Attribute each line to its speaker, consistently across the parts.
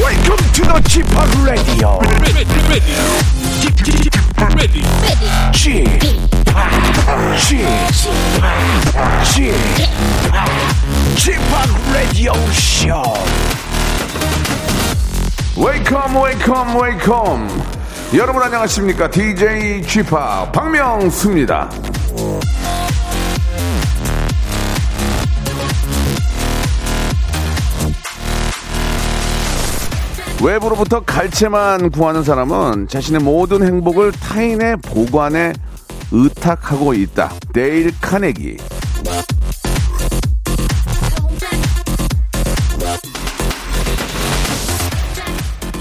Speaker 1: Welcome to the Chip Radio.
Speaker 2: ready, ready, ready,
Speaker 1: Chip, Chip, Chip, Radio Show.
Speaker 3: 웨이컴 웨이컴 웨이컴 여러분 안녕하십니까 DJ 쥐파 박명수입니다 외부로부터 갈채만 구하는 사람은 자신의 모든 행복을 타인의 보관에 의탁하고 있다 데일 카네기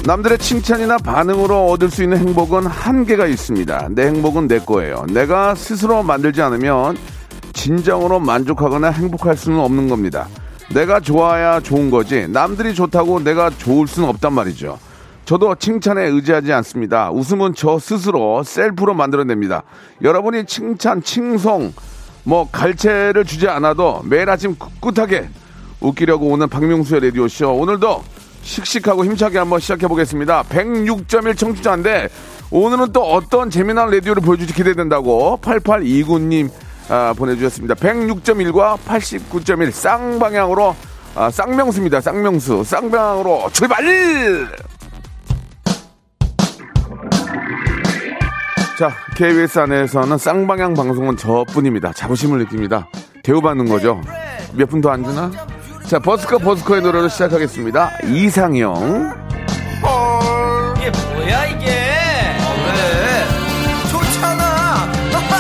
Speaker 3: 남들의 칭찬이나 반응으로 얻을 수 있는 행복은 한계가 있습니다. 내 행복은 내 거예요. 내가 스스로 만들지 않으면 진정으로 만족하거나 행복할 수는 없는 겁니다. 내가 좋아야 좋은 거지 남들이 좋다고 내가 좋을 수는 없단 말이죠. 저도 칭찬에 의지하지 않습니다. 웃음은 저 스스로 셀프로 만들어냅니다. 여러분이 칭찬, 칭송, 뭐 갈채를 주지 않아도 매일 아침 꿋꿋하게 웃기려고 오는 박명수의 라디오쇼 오늘도 씩씩하고 힘차게 한번 시작해 보겠습니다. 106.1 청취자인데 오늘은 또 어떤 재미난 라디오를 보여주지 기대된다고 8829님 아, 보내주셨습니다. 106.1과 89.1 쌍방향으로 아, 쌍명수입니다. 쌍명수 쌍방향으로 출발! 자, KBS 안에서는 쌍방향 방송은 저뿐입니다. 자부심을 느낍니다. 대우받는 거죠. 몇 분 더 안 주나? 자, 버스커 버스커의 노래로 시작하겠습니다. 이상형.
Speaker 4: 이게 뭐야 이게 왜 좋잖아 아빠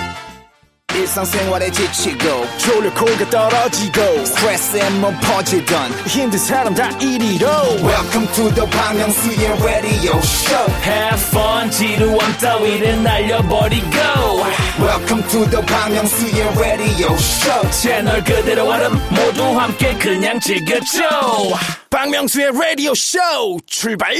Speaker 5: 일상생활에 지치고, 졸려 코가 떨어지고, 스트레스에 몸 퍼지던, 힘든 사람 다 이리로. welcome to the Bang Myung-soo's radio show
Speaker 6: Have fun 지루함 따위를 날려버리고
Speaker 5: welcome to the Bang Myung-soo's radio show
Speaker 6: 채널 그대로 와름 모두 함께 그냥 즐겨줘
Speaker 5: 박명수의 라디오 쇼 출발!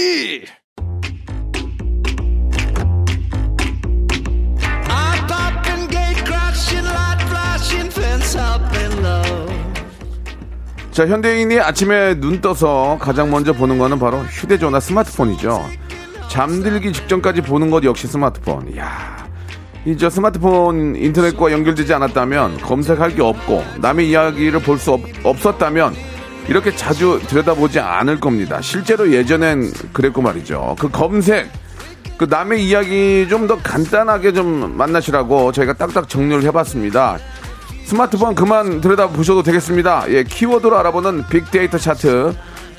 Speaker 3: 자, 현대인이 아침에 눈 떠서 가장 먼저 보는 거는 바로 휴대전화 스마트폰이죠. 잠들기 직전까지 보는 것 역시 스마트폰. 이야. 이제 스마트폰 인터넷과 연결되지 않았다면 검색할 게 없고 남의 이야기를 볼 수 없었다면 이렇게 자주 들여다보지 않을 겁니다. 실제로 예전엔 그랬고 말이죠. 그 검색, 그 남의 이야기 좀 더 간단하게 좀 만나시라고 저희가 딱딱 정리를 해봤습니다. 스마트폰 그만 들여다 보셔도 되겠습니다. 예, 키워드로 알아보는 빅데이터 차트.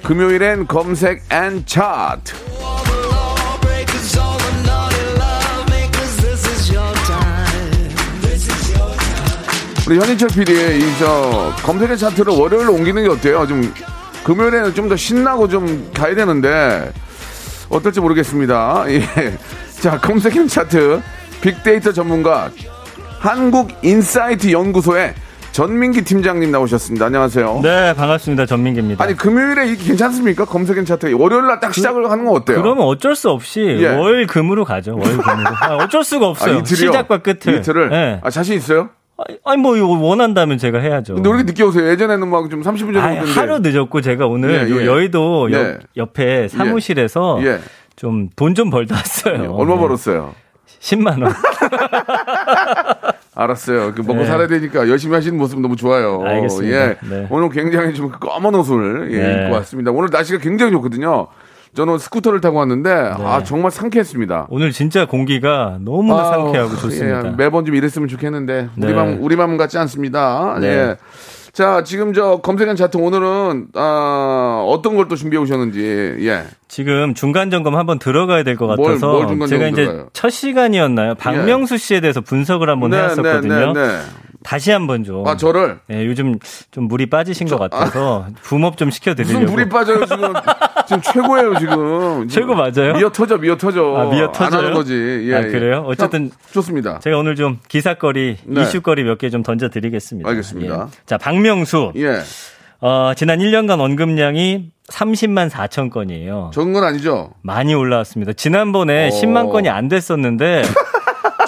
Speaker 3: 금요일엔 검색 앤 차트. 우리 현인철 PD, 이저 검색 앤 차트를 월요일로 옮기는 게 어때요? 좀 금요일에는 좀 더 신나고 좀 가야 되는데 어떨지 모르겠습니다. 예. 자, 검색 앤 차트 빅데이터 전문가 한국인사이트 연구소의 전민기 팀장님 나오셨습니다. 안녕하세요.
Speaker 7: 네, 반갑습니다. 전민기입니다.
Speaker 3: 아니 금요일에 이게 괜찮습니까? 검색엔 차트 월요일 날 딱 시작을 하는 건 어때요?
Speaker 7: 그러면 어쩔 수 없이
Speaker 3: 예.
Speaker 7: 월 금으로 가죠. 월 금으로. 아, 어쩔 수가
Speaker 3: 아,
Speaker 7: 없어요. 시작과 끝을.
Speaker 3: 이틀을
Speaker 7: 예.
Speaker 3: 아 자신 있어요?
Speaker 7: 아니, 아니, 뭐 이거 원한다면 제가 해야죠.
Speaker 3: 근데 왜 이렇게 늦게 오세요? 예전에는 막 좀 30분 전에
Speaker 7: 아니,
Speaker 3: 오던데.
Speaker 7: 하루 늦었고 제가 오늘
Speaker 3: 네. 예, 예.
Speaker 7: 요 여의도 옆,
Speaker 3: 예.
Speaker 7: 옆에 사무실에서
Speaker 3: 예.
Speaker 7: 좀 돈 좀 벌다 왔어요.
Speaker 3: 예, 얼마
Speaker 7: 네.
Speaker 3: 벌었어요?
Speaker 7: 10만 원.
Speaker 3: 알았어요. 그 먹고
Speaker 7: 네.
Speaker 3: 살아야 되니까 열심히 하시는 모습 너무 좋아요.
Speaker 7: 알겠습니다.
Speaker 3: 예.
Speaker 7: 네.
Speaker 3: 오늘 굉장히 좀 검은 옷을 예,
Speaker 7: 네.
Speaker 3: 입고 왔습니다. 오늘 날씨가 굉장히 좋거든요. 저는 스쿠터를 타고 왔는데
Speaker 7: 네.
Speaker 3: 아 정말 상쾌했습니다.
Speaker 7: 오늘 진짜 공기가 너무나
Speaker 3: 아우,
Speaker 7: 상쾌하고 좋습니다.
Speaker 3: 예, 매번 좀 이랬으면 좋겠는데 우리
Speaker 7: 네.
Speaker 3: 맘 우리 맘 같지 않습니다.
Speaker 7: 네.
Speaker 3: 예. 자 지금 저 검색한 차트 오늘은 아, 어떤 걸 또 준비해 오셨는지 예.
Speaker 7: 지금 중간 점검 한번 들어가야 될 것
Speaker 3: 뭘,
Speaker 7: 같아서
Speaker 3: 뭘 중간
Speaker 7: 제가
Speaker 3: 점검
Speaker 7: 이제
Speaker 3: 들어가요? 예. 네,
Speaker 7: 첫 시간이었나요? 박명수 씨에 대해서 분석을 한번 해왔었거든요. 다시 한번 좀.
Speaker 3: 아 저를
Speaker 7: 예, 요즘 좀 물이 빠지신 것 같아서 붐업 좀 시켜드리려고.
Speaker 3: 무슨 물이 빠져요 지금 지금 최고예요 지금. 지금
Speaker 7: 최고 맞아요?
Speaker 3: 미어 터져 미어 터져.
Speaker 7: 아, 미어
Speaker 3: 안 하는
Speaker 7: 터져요?
Speaker 3: 거지. 예,
Speaker 7: 아,
Speaker 3: 예.
Speaker 7: 그래요? 어쨌든
Speaker 3: 자, 좋습니다.
Speaker 7: 제가 오늘 좀 기사거리,
Speaker 3: 네.
Speaker 7: 이슈거리 몇 개 좀 던져드리겠습니다.
Speaker 3: 알겠습니다.
Speaker 7: 예. 자, 박명수.
Speaker 3: 예.
Speaker 7: 어, 지난 1년간 원금량이 30만 4천 건이에요.
Speaker 3: 적은 건 아니죠.
Speaker 7: 많이 올라왔습니다. 지난번에
Speaker 3: 어.
Speaker 7: 10만 건이 안 됐었는데,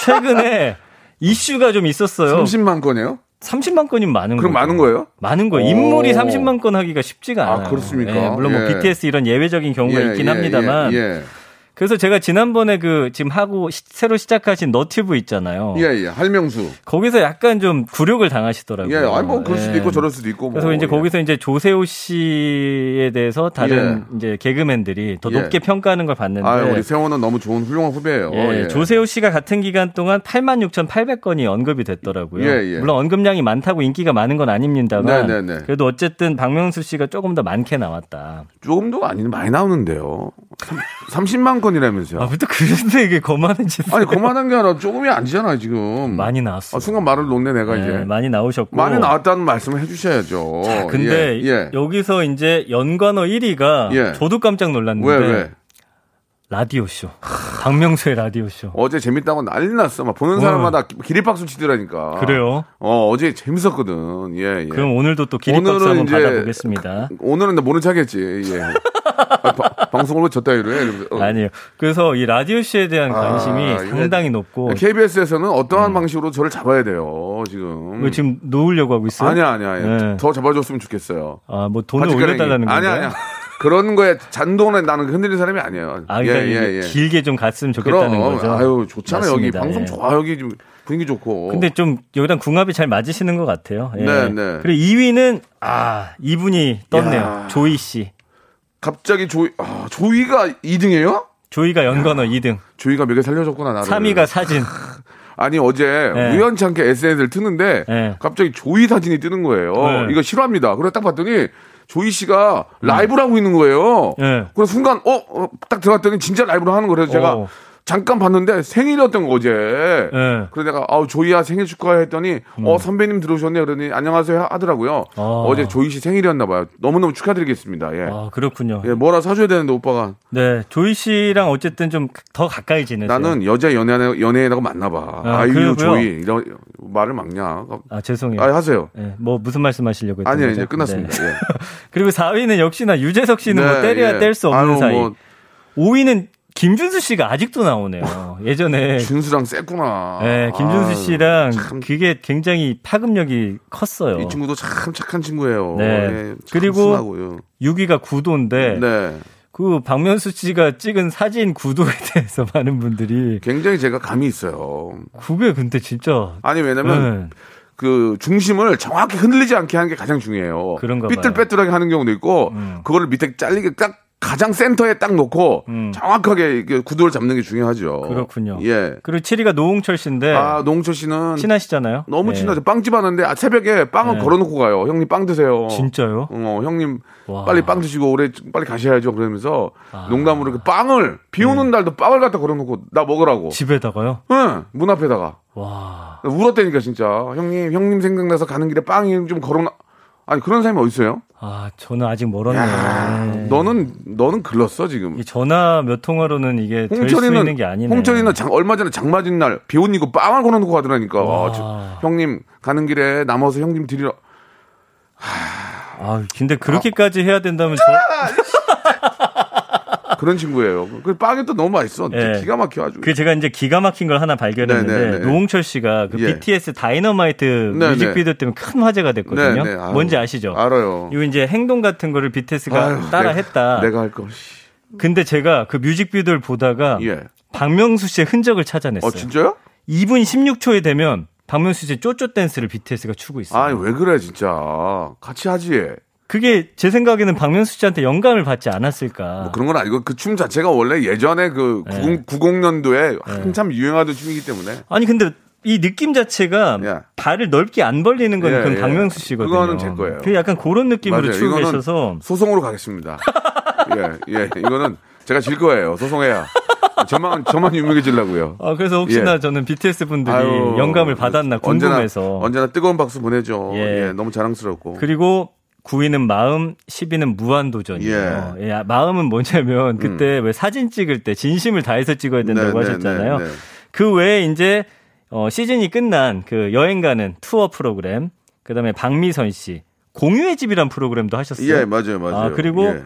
Speaker 7: 최근에 이슈가 좀 있었어요.
Speaker 3: 30만 건이에요?
Speaker 7: 30... 만 건이면 많은
Speaker 3: 그럼
Speaker 7: 거죠.
Speaker 3: 많은 거예요?
Speaker 7: 많은 거예요.
Speaker 3: 오.
Speaker 7: 인물이 30만 건 하기가 쉽지가
Speaker 3: 아,
Speaker 7: 않아요.
Speaker 3: 그렇습니까?
Speaker 7: 예, 물론 뭐
Speaker 3: 예.
Speaker 7: BTS 이런 예외적인 경우가 있긴 합니다만
Speaker 3: 예.
Speaker 7: 그래서 제가 지난번에 그 지금 하고 시- 새로 시작하신 너튜브 있잖아요.
Speaker 3: 예, 예. 할명수.
Speaker 7: 거기서 약간 좀 굴욕을 당하시더라고요.
Speaker 3: 예, 아니 뭐 그럴 수도
Speaker 7: 예.
Speaker 3: 있고 저럴 수도 있고. 뭐.
Speaker 7: 그래서 이제
Speaker 3: 예.
Speaker 7: 거기서 이제 조세호 씨에 대해서 다른 이제 개그맨들이 더
Speaker 3: 예.
Speaker 7: 높게 평가하는 걸 봤는데
Speaker 3: 아유, 우리 세호는 너무 좋은 훌륭한 후배예요.
Speaker 7: 예, 조세호 씨가 같은 기간 동안 86,800건이 언급이 됐더라고요.
Speaker 3: 예, 예.
Speaker 7: 물론 언급량이 많다고 인기가 많은 건 아닙니다만
Speaker 3: 네, 네, 네.
Speaker 7: 그래도 어쨌든 박명수 씨가 조금 더 많게 나왔다.
Speaker 3: 조금 더 아니 많이 나오는데요. 30만 건이라면서요.
Speaker 7: 아, 또 그런데 이게 거만한 짓.
Speaker 3: 아니 그만한 게 아니라 조금이 아니잖아요 지금.
Speaker 7: 많이 나왔어.
Speaker 3: 아, 순간 말을 놓네 내가
Speaker 7: 네,
Speaker 3: 이제.
Speaker 7: 많이 나오셨고.
Speaker 3: 많이 나왔다는 말씀을 해주셔야죠.
Speaker 7: 자, 근데
Speaker 3: 예, 예.
Speaker 7: 여기서 이제 연관어 1위가
Speaker 3: 예.
Speaker 7: 저도 깜짝 놀랐는데
Speaker 3: 왜 왜?
Speaker 7: 라디오 쇼. 박명수의 라디오 쇼.
Speaker 3: 어제 재밌다고 난리 났어. 막 보는
Speaker 7: 와.
Speaker 3: 사람마다 기- 기립박수 치더라니까.
Speaker 7: 그래요?
Speaker 3: 어 어제 재밌었거든. 예 예.
Speaker 7: 그럼 오늘도 또 기립박수
Speaker 3: 오늘은
Speaker 7: 한번
Speaker 3: 이제
Speaker 7: 받아보겠습니다.
Speaker 3: 오늘은 나 모른 척했지. 예. 아, 바- 방송을 왜 저따위로 해? 이러면서. 어.
Speaker 7: 아니에요. 그래서 이 라디오 쇼에 대한
Speaker 3: 아, 음.
Speaker 7: 관심이
Speaker 3: 이게-
Speaker 7: 상당히 높고
Speaker 3: KBS에서는 어떠한 방식으로 저를 잡아야 돼요, 지금.
Speaker 7: 이거 음. 지금 놓으려고 하고 있어요?
Speaker 3: 아니야, 아니야. 아니야.
Speaker 7: 네.
Speaker 3: 더 잡아줬으면 좋겠어요.
Speaker 7: 아, 뭐 돈을
Speaker 3: 바짓가랑이.
Speaker 7: 올려달라는 건가요?
Speaker 3: 아니야, 아니야. 그런 거에 잔돈에 나는 흔들린 사람이 아니에요. 예,
Speaker 7: 아, 그러니까 이게 길게 좀 갔으면
Speaker 3: 그럼,
Speaker 7: 좋겠다는 거죠.
Speaker 3: 아유, 좋잖아, 요 여기.
Speaker 7: 맞습니다.
Speaker 3: 방송
Speaker 7: 예.
Speaker 3: 좋아, 여기 좀 분위기 좋고.
Speaker 7: 근데 좀 여기랑 궁합이 잘 맞으시는 것 같아요. 예.
Speaker 3: 네, 네.
Speaker 7: 그리고 2위는 아 이분이 떴네요.
Speaker 3: 야.
Speaker 7: 조이 씨.
Speaker 3: 갑자기 조이, 아, 조이가 2등이에요?
Speaker 7: 조이가 연관어 2등,
Speaker 3: 조이가 몇 개 살려줬구나, 나를.
Speaker 7: 3위가 사진.
Speaker 3: 아니, 어제
Speaker 7: 네.
Speaker 3: 우연찮게 SNS를 트는데
Speaker 7: 네.
Speaker 3: 갑자기 조이 사진이 뜨는 거예요.
Speaker 7: 네.
Speaker 3: 이거 싫어합니다. 그래서 딱 봤더니 조이 씨가 라이브를 하고 있는 거예요.
Speaker 7: 네.
Speaker 3: 그래서 순간 어, 어, 딱 들어갔더니 진짜 라이브로 하는 거래서 제가
Speaker 7: 어.
Speaker 3: 잠깐 봤는데 생일이었던 거 어제.
Speaker 7: 네. 음.
Speaker 3: 그래서 내가 아우 조이야 생일 축하해 했더니 어 선배님 들어오셨네 그러니 안녕하세요 하- 하더라고요.
Speaker 7: 아.
Speaker 3: 어제 조이 씨 생일이었나 봐요. 너무너무 축하드리겠습니다. 예.
Speaker 7: 아 그렇군요.
Speaker 3: 예, 뭐라 사줘야 되는데 오빠가
Speaker 7: 네, 조이 씨랑 어쨌든 좀 더 가까이 지내세요.
Speaker 3: 나는 여자 연예인 연예인하고 만나 봐.
Speaker 7: 네, 아,
Speaker 3: 아, 유
Speaker 7: 그러고요.
Speaker 3: 조이 이런 말을 막냐.
Speaker 7: 아 죄송해요.
Speaker 3: 아 하세요.
Speaker 7: 네, 뭐 무슨 말씀하시려고 했던
Speaker 3: 아니
Speaker 7: 거죠?
Speaker 3: 아니 이제 끝났습니다.
Speaker 7: 네.
Speaker 3: 예.
Speaker 7: 그리고 4위는 역시나 유재석 씨는
Speaker 3: 네,
Speaker 7: 뭐 때려야
Speaker 3: 예.
Speaker 7: 뗄 수 없는
Speaker 3: 아유,
Speaker 7: 사이.
Speaker 3: 뭐
Speaker 7: 5위는 김준수 씨가 아직도 나오네요. 예전에
Speaker 3: 준수랑 쎘구나.
Speaker 7: 네,
Speaker 3: 아유,
Speaker 7: 김준수 씨랑
Speaker 3: 참,
Speaker 7: 그게 굉장히 파급력이 컸어요.
Speaker 3: 이 친구도 참 착한 친구예요.
Speaker 7: 네.
Speaker 3: 예, 참
Speaker 7: 그리고
Speaker 3: 순하고요.
Speaker 7: 6위가 구도인데
Speaker 3: 네.
Speaker 7: 그 박명수 씨가 찍은 사진 구도에 대해서 많은 분들이
Speaker 3: 굉장히 제가 감이 있어요.
Speaker 7: 그게 근데 진짜
Speaker 3: 아니 왜냐면
Speaker 7: 네.
Speaker 3: 그 중심을 정확히 흔들리지 않게 하는 게 가장 중요해요.
Speaker 7: 그런가 봐요.
Speaker 3: 삐뚤빼뚤하게 하는 경우도 있고 그거를 밑에 잘리게 딱 가장 센터에 딱 놓고
Speaker 7: 음.
Speaker 3: 정확하게 이게 구도를 잡는 게 중요하죠.
Speaker 7: 그렇군요. 네.
Speaker 3: 예.
Speaker 7: 그리고 7위가 노홍철 씨인데
Speaker 3: 아 농철 씨는
Speaker 7: 친하시잖아요.
Speaker 3: 너무
Speaker 7: 네.
Speaker 3: 친하죠. 빵집 하는데 아, 새벽에 빵을
Speaker 7: 네.
Speaker 3: 걸어놓고 가요. 형님 빵 드세요.
Speaker 7: 진짜요?
Speaker 3: 어, 형님
Speaker 7: 와. 아.
Speaker 3: 빨리 빵 드시고 올해 좀 빨리 가셔야죠. 그러면서 농담으로 그 빵을 비
Speaker 7: 음.
Speaker 3: 오는 날도 빵을 갖다 걸어놓고 나 먹으라고.
Speaker 7: 집에다가요.
Speaker 3: 응, 문 앞에다가.
Speaker 7: 와.
Speaker 3: 울었다니까 진짜 형님 형님 생각나서 가는 길에 빵이 좀 걸어놔 아니 그런 사람이 어딨어요?
Speaker 7: 아, 저는 아직 멀었네요.
Speaker 3: 너는 너는 글렀어 지금
Speaker 7: 이 전화 몇 통화로는 이게 될 수 있는
Speaker 3: 홍철이는
Speaker 7: 게 아니네.
Speaker 3: 홍철이는 장- 얼마 전에 장마진 날 비 온 이거 빵을 걸어놓고 가더라니까
Speaker 7: 와.
Speaker 3: 아, 저- 형님 가는 길에 남아서 형님 드리러
Speaker 7: 아, 근데 그렇게까지 해야 된다면 저
Speaker 3: 그런 친구예요 그 빵이 또 너무 맛있어
Speaker 7: 예.
Speaker 3: 기가 막혀 아주
Speaker 7: 그 제가 이제 기가 막힌 걸 하나 발견했는데
Speaker 3: 네네네.
Speaker 7: 노홍철 씨가 그
Speaker 3: 예.
Speaker 7: BTS 다이너마이트
Speaker 3: 네네.
Speaker 7: 뮤직비디오 때문에 큰 화제가 됐거든요.
Speaker 3: 네, 네. 아유,
Speaker 7: 뭔지 아시죠?
Speaker 3: 알아요
Speaker 7: 이거 이제 행동 같은 거를 BTS가
Speaker 3: 아유,
Speaker 7: 따라
Speaker 3: 내가-
Speaker 7: 했다.
Speaker 3: 내가 할걸
Speaker 7: 근데 제가 그 뮤직비디오를 보다가
Speaker 3: 예.
Speaker 7: 박명수 씨의 흔적을 찾아냈어요.
Speaker 3: 어 진짜요?
Speaker 7: 2분 16초에 되면 박명수 씨의 쪼쪼 댄스를 BTS가 추고 있어요.
Speaker 3: 아니 왜 그래 진짜 같이 하지
Speaker 7: 그게 제 생각에는 박명수 씨한테 영감을 받지 않았을까.
Speaker 3: 뭐 그런 건 아니고 그 춤 자체가 원래 예전에 그 90,
Speaker 7: 예.
Speaker 3: 90년도에 한참 유행하던 춤이기 때문에
Speaker 7: 아니 근데 이 느낌 자체가
Speaker 3: 예.
Speaker 7: 발을 넓게 안 벌리는 건
Speaker 3: 예,
Speaker 7: 그건
Speaker 3: 예.
Speaker 7: 박명수 씨거든요.
Speaker 3: 그거는 제 거예요.
Speaker 7: 그 약간 그런 느낌으로
Speaker 3: 맞아요.
Speaker 7: 추고
Speaker 3: 이거는
Speaker 7: 계셔서
Speaker 3: 소송으로 가겠습니다. 예, 예, 이거는 제가 질 거예요. 소송해야 저만 저만 유명해지려고요.
Speaker 7: 아, 그래서 혹시나
Speaker 3: 예.
Speaker 7: 저는 BTS 분들이
Speaker 3: 아유,
Speaker 7: 영감을 받았나 궁금해서.
Speaker 3: 언제나, 언제나 뜨거운 박수 보내죠. 예,
Speaker 7: 예.
Speaker 3: 너무 자랑스럽고.
Speaker 7: 그리고 9위는 마음, 10위는 무한도전이에요. 예, 마음은 뭐냐면 그때 왜 사진 찍을 때 진심을 다해서 찍어야 된다고
Speaker 3: 네, 네,
Speaker 7: 하셨잖아요.
Speaker 3: 네, 네.
Speaker 7: 그 외에 이제 어, 시즌이 끝난 그 여행 가는 투어 프로그램, 그다음에 박미선 씨 공유의 집이란 프로그램도 하셨어요.
Speaker 3: 예, 맞아요, 맞아요.
Speaker 7: 아, 그리고
Speaker 3: 예.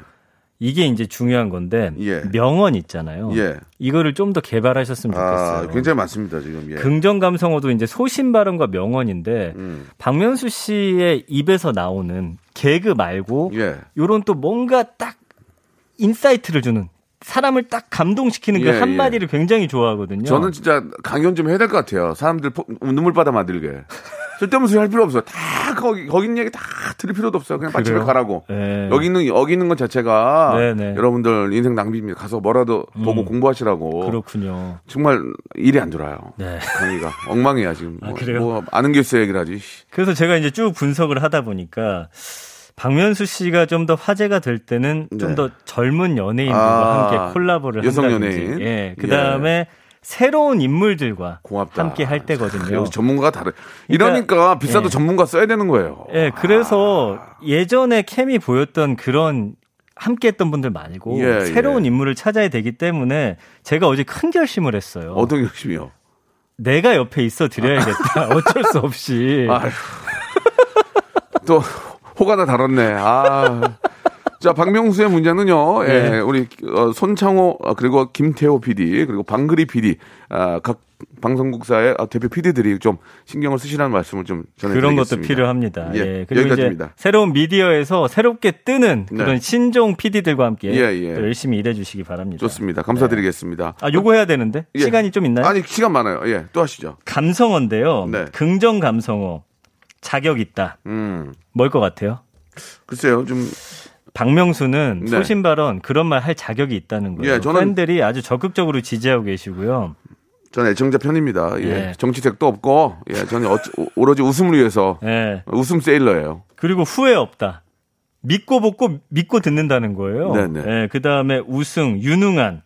Speaker 7: 이게 이제 중요한 건데
Speaker 3: 예.
Speaker 7: 명언 있잖아요.
Speaker 3: 예.
Speaker 7: 이거를 좀 더 개발하셨으면
Speaker 3: 아,
Speaker 7: 어, 좋겠어요.
Speaker 3: 굉장히 많습니다 지금. 예.
Speaker 7: 긍정 감성어도 이제 소신 발언과 명언인데
Speaker 3: 음.
Speaker 7: 박명수 씨의 입에서 나오는 개그 말고
Speaker 3: 예.
Speaker 7: 요런 또 뭔가 딱 인사이트를 주는 사람을 딱 감동시키는 그
Speaker 3: 예,
Speaker 7: 한마디를 굉장히 좋아하거든요.
Speaker 3: 저는 진짜 강연 좀 해야 될 것 같아요. 사람들 포- 눈물바다 만들게. 쓸데없는 소리 할 필요 없어요. 다 거기 거기 있는 얘기 다 들을 필요도 없어요. 그냥 마침에
Speaker 7: 그래요?
Speaker 3: 가라고.
Speaker 7: 예.
Speaker 3: 여기 있는 여기 있는 것 자체가
Speaker 7: 네네. 음.
Speaker 3: 여러분들 인생 낭비입니다. 가서 뭐라도 보고 공부하시라고.
Speaker 7: 그렇군요.
Speaker 3: 정말 일이 안 돌아요.
Speaker 7: 네.
Speaker 3: 강의가 엉망이야 지금. 뭐,
Speaker 7: 그래요?
Speaker 3: 뭐 아는 게 있어 얘기를 하지. 씨.
Speaker 7: 그래서 제가 이제 쭉 분석을 하다 보니까 박명수 씨가 좀 더 화제가 될 때는
Speaker 3: 네.
Speaker 7: 좀 더 젊은 연예인들과
Speaker 3: 아,
Speaker 7: 함께 콜라보를
Speaker 3: 여성
Speaker 7: 한다든지,
Speaker 3: 연예인.
Speaker 7: 예, 그 다음에 새로운 인물들과
Speaker 3: 고맙다.
Speaker 7: 함께 할 때거든요.
Speaker 3: 여기 전문가가 다르.
Speaker 7: 그러니까-
Speaker 3: 이러니까 비싸도
Speaker 7: 예.
Speaker 3: 전문가 써야 되는 거예요. 아,
Speaker 7: 예, 그래서 예전에 캠이 보였던 그런 함께했던 분들 말고
Speaker 3: 예,
Speaker 7: 새로운
Speaker 3: 예.
Speaker 7: 인물을 찾아야 되기 때문에 제가 어제 큰 결심을 했어요.
Speaker 3: 어떤 욕심이요?
Speaker 7: 내가 옆에 있어 드려야겠다. 어쩔 수 없이.
Speaker 3: 아휴. 또 호가나 다뤘네. 아. 자, 박명수의 문제는요. 예,
Speaker 7: 네.
Speaker 3: 우리 어, 손창호 어, 그리고 김태호 PD 그리고 방그리 PD 아, 각 방송국사의 어, 대표 PD들이 좀 신경을 쓰시라는 말씀을 좀 전해드리겠습니다.
Speaker 7: 그런 것도 필요합니다.
Speaker 3: 예,
Speaker 7: 예. 그리고 이제
Speaker 3: 여기까지입니다.
Speaker 7: 새로운 미디어에서 새롭게 뜨는 그런
Speaker 3: 네.
Speaker 7: 신종 PD들과 함께
Speaker 3: 예, 예.
Speaker 7: 또 열심히 일해 주시기 바랍니다.
Speaker 3: 좋습니다. 감사드리겠습니다.
Speaker 7: 네. 아, 네. 요거 해야 되는데?
Speaker 3: 예.
Speaker 7: 시간이 좀 있나요?
Speaker 3: 아니 시간 많아요. 예, 또 하시죠.
Speaker 7: 감성어인데요.
Speaker 3: 네.
Speaker 7: 긍정 감성어. 자격 있다.
Speaker 3: 음,
Speaker 7: 뭘 것 같아요?
Speaker 3: 글쎄요, 좀
Speaker 7: 박명수는
Speaker 3: 네.
Speaker 7: 소신 발언 그런 말 할 자격이 있다는 거예요.
Speaker 3: 예, 저는-
Speaker 7: 팬들이 아주 적극적으로 지지하고 계시고요.
Speaker 3: 저는 애청자 편입니다. 예,
Speaker 7: 예.
Speaker 3: 정치색도 없고, 예, 저는 어찌- 오로지 웃음을 위해서
Speaker 7: 예.
Speaker 3: 웃음 세일러예요.
Speaker 7: 그리고 후회 없다. 믿고 보고 믿고 듣는다는 거예요.
Speaker 3: 네네.
Speaker 7: 예, 그다음에 우승, 유능한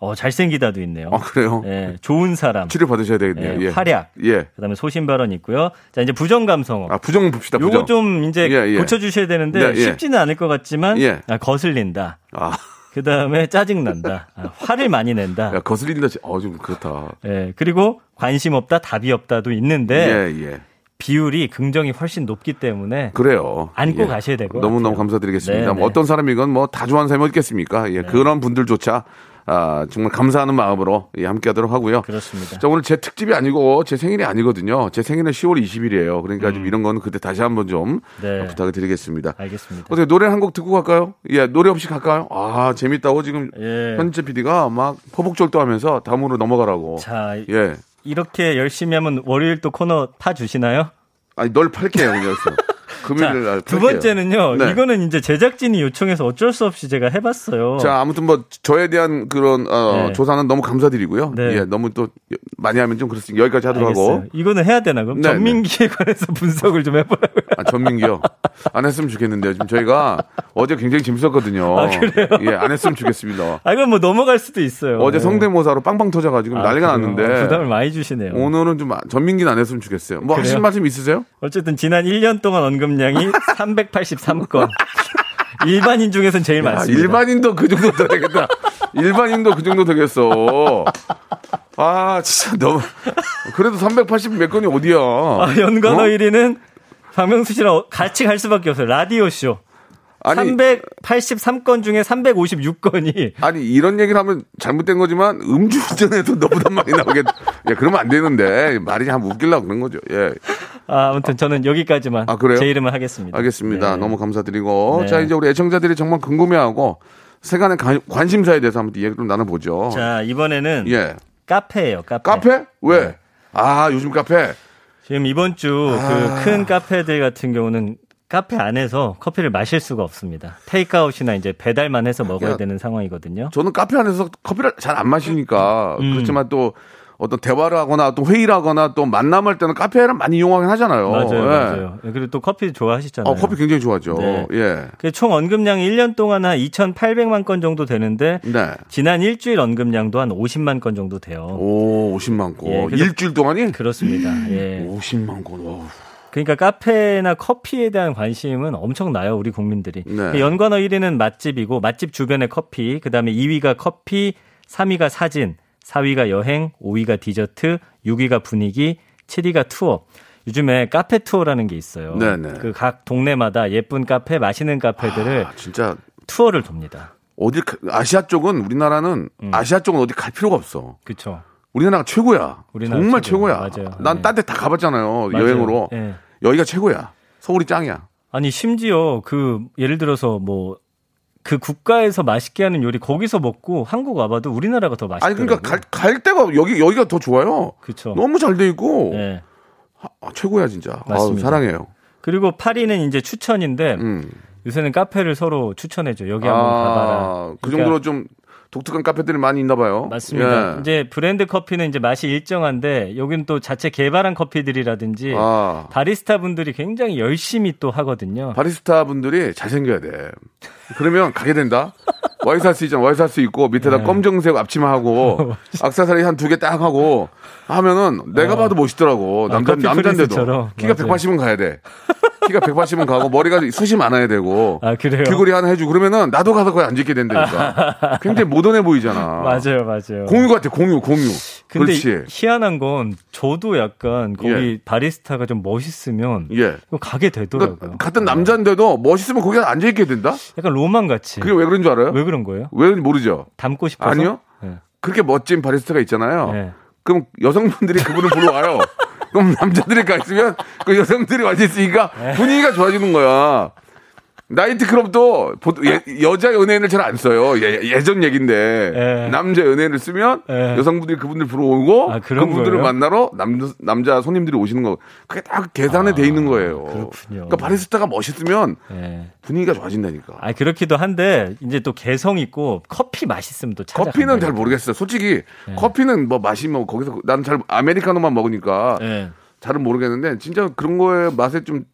Speaker 7: 어, 잘생기다도 있네요.
Speaker 3: 아, 그래요?
Speaker 7: 예, 좋은 사람.
Speaker 3: 치료 받으셔야 되겠네요.
Speaker 7: 예,
Speaker 3: 예.
Speaker 7: 활약.
Speaker 3: 예.
Speaker 7: 그다음에 소신발언 있고요. 자, 이제 부정감성어.
Speaker 3: 아, 부정 봅시다. 부정.
Speaker 7: 요거 좀 이제
Speaker 3: 예, 예.
Speaker 7: 고쳐주셔야 되는데
Speaker 3: 네, 예.
Speaker 7: 쉽지는 않을 것 같지만
Speaker 3: 예.
Speaker 7: 아, 거슬린다.
Speaker 3: 아,
Speaker 7: 그 다음에 짜증난다. 아, 화를 많이 낸다.
Speaker 3: 야, 거슬린다. 지- 어, 좀 그렇다.
Speaker 7: 예, 그리고 관심 없다, 답이 없다도 있는데
Speaker 3: 예, 예.
Speaker 7: 비율이 긍정이 훨씬 높기 때문에
Speaker 3: 그래요.
Speaker 7: 안고
Speaker 3: 예.
Speaker 7: 가셔야 될것
Speaker 3: 너무너무
Speaker 7: 같아요.
Speaker 3: 감사드리겠습니다.
Speaker 7: 네,
Speaker 3: 뭐
Speaker 7: 네.
Speaker 3: 어떤 사람이건 뭐 다 좋아하는 사람이 있겠습니까? 예, 그런 분들조차 아, 정말 감사하는 마음으로 예, 함께 하도록 하고요.
Speaker 7: 그렇습니다.
Speaker 3: 자, 오늘 제 특집이 아니고 제 생일이 아니거든요. 제 생일은 10월 20일이에요. 그러니까 좀 이런 거는 그때 다시 한번 좀
Speaker 7: 음. 네.
Speaker 3: 부탁을 드리겠습니다.
Speaker 7: 알겠습니다.
Speaker 3: 어떻게 노래 한 곡 듣고 갈까요? 예, 노래 없이 갈까요? 아, 재밌다고 지금
Speaker 7: 예.
Speaker 3: 현재 PD가 막 포복절도 하면서 다음으로 넘어가라고.
Speaker 7: 자, 이-
Speaker 3: 예.
Speaker 7: 이렇게 열심히 하면 월요일 또 코너 타 주시나요?
Speaker 3: 아니, 널 팔게요, 그냥. 여기서. 금요일 날.
Speaker 7: 두
Speaker 3: 팔게요.
Speaker 7: 번째는요.
Speaker 3: 아, 네.
Speaker 7: 이거는 이제 제작진이 요청해서 어쩔 수 없이 제가 해봤어요.
Speaker 3: 자, 아무튼 뭐 저에 대한 그런 어,
Speaker 7: 네.
Speaker 3: 조사는 너무 감사드리고요.
Speaker 7: 네.
Speaker 3: 예, 너무 또 많이 하면 좀 그렇습니다. 여기까지 하도록
Speaker 7: 알겠어요.
Speaker 3: 하고.
Speaker 7: 이거는 해야 되나 그럼
Speaker 3: 네,
Speaker 7: 전민기에 관해서 분석을 좀 해보라고요.
Speaker 3: 아, 전민기요. 안 했으면 좋겠는데요. 지금 저희가 어제 굉장히 재밌었거든요. 예, 안 했으면 좋겠습니다.
Speaker 7: 아 이건 뭐 아, 넘어갈 수도 있어요.
Speaker 3: 어제
Speaker 7: 네.
Speaker 3: 성대모사로 빵빵 터져가지고
Speaker 7: 아,
Speaker 3: 난리가
Speaker 7: 그래요?
Speaker 3: 났는데.
Speaker 7: 부담을 많이 주시네요.
Speaker 3: 오늘은 좀 아- 전민기는 안 했으면 좋겠어요. 뭐 하실
Speaker 7: 그래요?
Speaker 3: 말씀 있으세요?
Speaker 7: 어쨌든 지난 1년 동안 언급량이 383건. 일반인 중에서는 제일
Speaker 3: 아,
Speaker 7: 많습니다.
Speaker 3: 일반인도 그 정도 더 되겠다. 일반인도 그 정도 되겠어. 아, 진짜 너무. 그래도 380 몇 건이 어디야.
Speaker 7: 아, 연관어
Speaker 3: 어?
Speaker 7: 1위는 박명수 씨랑 어- 같이 갈 수밖에 없어요. 라디오 쇼.
Speaker 3: 아니,
Speaker 7: 383건 중에 356건이
Speaker 3: 아니 이런 얘기를 하면 잘못된 거지만 음주운전에도 너보다 많이 나오겠다. 예, 그러면 안 되는데 말이 참 웃길라 그런 거죠. 예,
Speaker 7: 아, 아무튼 저는 여기까지만
Speaker 3: 아, 그래요?
Speaker 7: 제 이름을 하겠습니다.
Speaker 3: 알겠습니다.
Speaker 7: 네.
Speaker 3: 너무 감사드리고
Speaker 7: 네.
Speaker 3: 자 이제 우리 애청자들이 정말 궁금해하고 세간의 관- 관심사에 대해서 한번 얘기를 좀 나눠보죠.
Speaker 7: 자, 네. 이번에는
Speaker 3: 예,
Speaker 7: 카페예요. 카페.
Speaker 3: 카페 왜? 아 요즘 카페
Speaker 7: 지금 이번 주 그
Speaker 3: 아.
Speaker 7: 큰 카페들 같은 경우는 카페 안에서 커피를 마실 수가 없습니다. 테이크아웃이나 이제 배달만 해서 먹어야
Speaker 3: 야.
Speaker 7: 되는 상황이거든요.
Speaker 3: 저는 카페 안에서 커피를 잘 안 마시니까
Speaker 7: 음.
Speaker 3: 그렇지만 또 어떤 대화를 하거나 또 회의를 하거나 또 만남할 때는 카페를 많이 이용하긴 하잖아요.
Speaker 7: 맞아요,
Speaker 3: 예.
Speaker 7: 맞아요. 그리고 또 커피 좋아하시잖아요.
Speaker 3: 어, 커피 굉장히 좋아하죠.
Speaker 7: 네.
Speaker 3: 예.
Speaker 7: 그 총 언급량이 1년 동안 한 2,800만 건 정도 되는데
Speaker 3: 네.
Speaker 7: 지난 일주일 언급량도 한 50만 건 정도 돼요.
Speaker 3: 오, 50만 건.
Speaker 7: 어. 예, 그래서-
Speaker 3: 일주일 동안이?
Speaker 7: 그렇습니다. 예.
Speaker 3: 50만 건. 어우.
Speaker 7: 그러니까 카페나 커피에 대한 관심은 엄청나요, 우리 국민들이. 그
Speaker 3: 네.
Speaker 7: 연관어 1위는 맛집이고 맛집 주변의 커피, 그다음에 2위가 커피, 3위가 사진, 4위가 여행, 5위가 디저트, 6위가 분위기, 7위가 투어. 요즘에 카페 투어라는 게 있어요.
Speaker 3: 네네.
Speaker 7: 그 각 동네마다 예쁜 카페, 맛있는 카페들을
Speaker 3: 아, 진짜
Speaker 7: 투어를 돕니다.
Speaker 3: 어디 가- 아시아 쪽은 우리나라는
Speaker 7: 음.
Speaker 3: 아시아 쪽은 어디 갈 필요가 없어.
Speaker 7: 그렇죠.
Speaker 3: 우리나라가 최고야.
Speaker 7: 우리나라
Speaker 3: 정말
Speaker 7: 최고야.
Speaker 3: 최고야.
Speaker 7: 맞아요.
Speaker 3: 난
Speaker 7: 네.
Speaker 3: 딴 데 다 가봤잖아요.
Speaker 7: 맞아요.
Speaker 3: 어, 여행으로.
Speaker 7: 예.
Speaker 3: 여기가 최고야. 서울이 짱이야.
Speaker 7: 아니 심지어 그 예를 들어서 뭐 그 국가에서 맛있게 하는 요리 거기서 먹고 한국 와봐도 우리나라가 더 맛있더라고요.
Speaker 3: 아니 그러니까 갈, 갈 데가 여기 여기가 더 좋아요.
Speaker 7: 그쵸.
Speaker 3: 너무 잘 돼 있고
Speaker 7: 예.
Speaker 3: 아, 최고야 진짜. 아우,
Speaker 7: 맞습니다.
Speaker 3: 사랑해요.
Speaker 7: 그리고 8위는 이제 추천인데
Speaker 3: 음.
Speaker 7: 요새는 카페를 서로 추천해줘. 여기 한번 가봐라.
Speaker 3: 아, 그
Speaker 7: 그러니까
Speaker 3: 정도로 좀 독특한 카페들이 많이 있나 봐요.
Speaker 7: 맞습니다.
Speaker 3: 예.
Speaker 7: 이제 브랜드 커피는 이제 맛이 일정한데 여기는 또 자체 개발한 커피들이라든지
Speaker 3: 아.
Speaker 7: 바리스타 분들이 굉장히 열심히 또 하거든요.
Speaker 3: 바리스타 분들이 잘생겨야 돼. 그러면 가게 된다? 와이사스 있잖아. 와이사스 있고,
Speaker 7: 네.
Speaker 3: 밑에다 검정색
Speaker 7: 어,
Speaker 3: 앞치마하고, 악세사리 한 두 개 딱 하고, 하면은 내가 봐도 멋있더라고.
Speaker 7: 아,
Speaker 3: 남자,
Speaker 7: 커피
Speaker 3: 남잔데도.
Speaker 7: 프린스처럼.
Speaker 3: 키가
Speaker 7: 맞아요.
Speaker 3: 180은 가야 돼. 키가 180은 가고, 머리가 숱이 많아야 되고,
Speaker 7: 아 그래요?
Speaker 3: 귀걸이 하나 해주고, 그러면은 나도 가서 거의 안 짓게 된다니까. 굉장히 모던해 보이잖아.
Speaker 7: 맞아요, 맞아요.
Speaker 3: 공유 같아, 공유, 공유.
Speaker 7: 근데
Speaker 3: 그렇지.
Speaker 7: 희한한 건 저도 약간 거기
Speaker 3: 예.
Speaker 7: 바리스타가 좀 멋있으면
Speaker 3: 예.
Speaker 7: 그거 가게 되더라고요. 네.
Speaker 3: 그러니까 같은 남잔데도 멋있으면 거기 앉아있게 된다?
Speaker 7: 약간 로망 같이.
Speaker 3: 그게 왜 그런 줄 알아요?
Speaker 7: 왜 그런 거예요?
Speaker 3: 왜 모르죠?
Speaker 7: 닮고 싶어서?
Speaker 3: 아니요.
Speaker 7: 예.
Speaker 3: 그렇게 멋진 바리스타가 있잖아요.
Speaker 7: 예.
Speaker 3: 그럼 여성분들이 그분을 보러 와요. 그럼 남자들이 가 있으면 그 여성들이 와 있으니까
Speaker 7: 네.
Speaker 3: 분위기가 좋아지는 거야. 나이트클럽도 보통 예- 여자 연예인을 잘 안 써요. 예, 전 얘긴데
Speaker 7: 예.
Speaker 3: 남자 연예인을 쓰면
Speaker 7: 예.
Speaker 3: 여성분들이 그분들 보러 오고
Speaker 7: 아, 그런
Speaker 3: 그분들을
Speaker 7: 거예요?
Speaker 3: 만나러 남, 남자 손님들이 오시는 거. 그게 딱 계산에 돼 있는 거예요.
Speaker 7: 아, 그렇군요.
Speaker 3: 러니까 바리스타가 멋있으면
Speaker 7: 예.
Speaker 3: 분위기가 좋아진다니까.
Speaker 7: 아 그렇기도 한데 이제 또 개성 있고 커피 맛있으면 또 찾아.
Speaker 3: 커피는 잘 모르겠어요. 솔직히
Speaker 7: 네.
Speaker 3: 커피는 뭐 맛이 뭐 거기서 나는 잘 아메리카노만 먹으니까
Speaker 7: 예.
Speaker 3: 잘은 모르겠는데 진짜 그런 거에 맛에 좀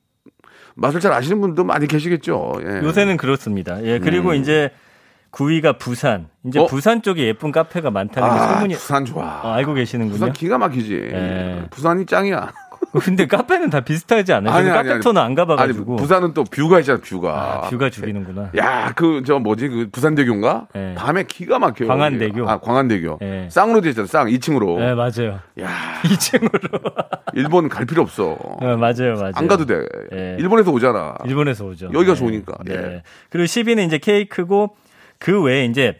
Speaker 3: 맛을 잘 아시는 분도 많이 계시겠죠. 예.
Speaker 7: 요새는 그렇습니다. 예. 그리고 이제 9위가 부산. 이제
Speaker 3: 음. 어?
Speaker 7: 부산 쪽에 예쁜 카페가 많다는 게
Speaker 3: 아,
Speaker 7: 소문이
Speaker 3: 부산 좋아.
Speaker 7: 그 아, 알고
Speaker 3: 부산
Speaker 7: 계시는군요.
Speaker 3: 기가 막히지.
Speaker 7: 예.
Speaker 3: 부산이 짱이야.
Speaker 7: 근데 카페는 다 비슷하지 않아요? 저는 카페 토는 안 가봐가지고
Speaker 3: 아니, 부산은 또 뷰가 있잖아, 뷰가.
Speaker 7: 아, 뷰가 죽이는구나.
Speaker 3: 야, 그, 저 뭐지, 그 부산대교인가?
Speaker 7: 예.
Speaker 3: 밤에 기가 막혀요.
Speaker 7: 광안대교.
Speaker 3: 거기. 아, 광안대교.
Speaker 7: 예.
Speaker 3: 쌍으로 돼 있잖아, 쌍, 2층으로.
Speaker 7: 네 맞아요.
Speaker 3: 예. 야,
Speaker 7: 2층으로.
Speaker 3: 일본 갈 필요 없어.
Speaker 7: 맞아요, 네, 맞아요.
Speaker 3: 안 가도 돼.
Speaker 7: 예.
Speaker 3: 일본에서 오잖아.
Speaker 7: 일본에서 오죠. 네.
Speaker 3: 여기가 좋으니까, 예.
Speaker 7: 그리고 10위는 이제 케이크고 그 외에 이제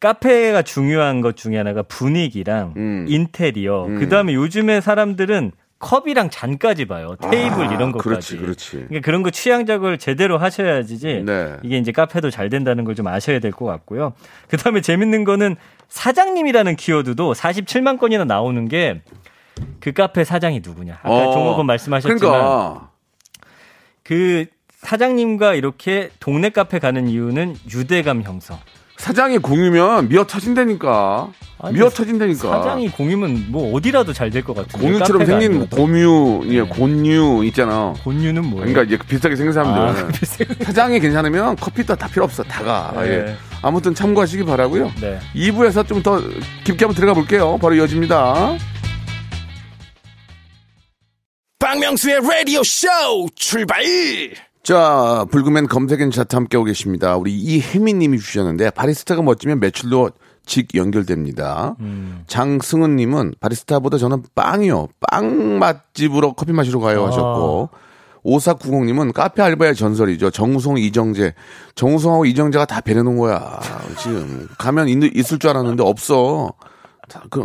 Speaker 7: 카페가 중요한 것 중에 하나가 분위기랑
Speaker 3: 음.
Speaker 7: 인테리어. 그다음에 요즘에 사람들은 컵이랑 잔까지 봐요. 테이블
Speaker 3: 아,
Speaker 7: 이런 것까지.
Speaker 3: 그렇지, 그렇지.
Speaker 7: 그러니까 그런 거 취향 작업을 제대로 하셔야지
Speaker 3: 네.
Speaker 7: 이게 이제 카페도 잘 된다는 걸 좀 아셔야 될 것 같고요. 그다음에 재밌는 거는 사장님이라는 키워드도 47만 건이나 나오는 게 그 카페 사장이 누구냐. 아까
Speaker 3: 어.
Speaker 7: 종업원 말씀하셨지만
Speaker 3: 그러니까.
Speaker 7: 그 사장님과 이렇게 동네 카페 가는 이유는 유대감 형성.
Speaker 3: 사장이 공유면 미어 터진다니까.
Speaker 7: 아니,
Speaker 3: 미어 터진다니까.
Speaker 7: 사장이 공유면 뭐 어디라도 잘 될 것 같은데.
Speaker 3: 그러니까. 공유처럼
Speaker 7: 카페가 네.
Speaker 3: 생긴
Speaker 7: 아니어도.
Speaker 3: 공유, 예, 곤유 있잖아.
Speaker 7: 곤유는 뭐예요?
Speaker 3: 그러니까 이제 비슷하게 생긴
Speaker 7: 아,
Speaker 3: 사람들.
Speaker 7: 비슷해요.
Speaker 3: 사장이 괜찮으면 커피도 다 필요 없어. 다가.
Speaker 7: 네.
Speaker 3: 예. 아무튼 참고하시기 바라고요.
Speaker 7: 네.
Speaker 3: 2부에서 좀 더 깊게 한번 들어가 볼게요. 바로 이어집니다.
Speaker 1: 박명수의 라디오 쇼 출발
Speaker 3: 자, 불금엔 검색엔 차트 함께하고 계십니다. 우리 이혜미 님이 주셨는데, 바리스타가 멋지면 매출로 직 연결됩니다.
Speaker 7: 음.
Speaker 3: 장승은 님은 바리스타보다 저는 빵이요. 빵 맛집으로 커피 마시러 가요 하셨고,
Speaker 7: 아.
Speaker 3: 5490 님은 카페 알바의 전설이죠. 정우성, 이정재. 정우성하고 이정재가 다 배려놓은 거야. 지금 가면 있, 있을 줄 알았는데 없어. 다 그,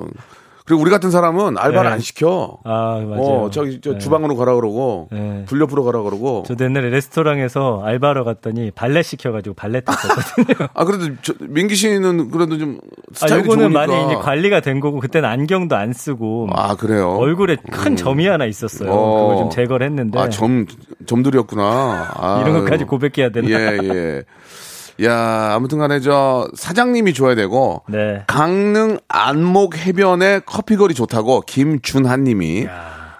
Speaker 3: 그리고 우리 같은 사람은 알바를
Speaker 7: 네.
Speaker 3: 안 시켜.
Speaker 7: 아 맞아요.
Speaker 3: 어, 저기 저
Speaker 7: 네.
Speaker 3: 주방으로 가라 그러고
Speaker 7: 네.
Speaker 3: 분려프로 가라 그러고
Speaker 7: 저도 옛날에 레스토랑에서 알바로 갔더니 발레 시켜가지고 발레 탔었거든요.
Speaker 3: 아 그래도 저, 민기 씨는 그래도 좀
Speaker 7: 아,
Speaker 3: 스타일이
Speaker 7: 요거는
Speaker 3: 좋으니까.
Speaker 7: 많이 이제 관리가 된 거고 그때는 안경도 안 쓰고
Speaker 3: 아 그래요.
Speaker 7: 얼굴에 큰 점이 하나 있었어요.
Speaker 3: 어.
Speaker 7: 그걸 좀 제거를 했는데
Speaker 3: 아점 점들이었구나. 아,
Speaker 7: 이런 것까지 고백해야 되나?
Speaker 3: 예 예. 야 아무튼간에 저 사장님이 줘야 되고
Speaker 7: 네.
Speaker 3: 강릉 안목 해변에 커피거리 좋다고 김준하님이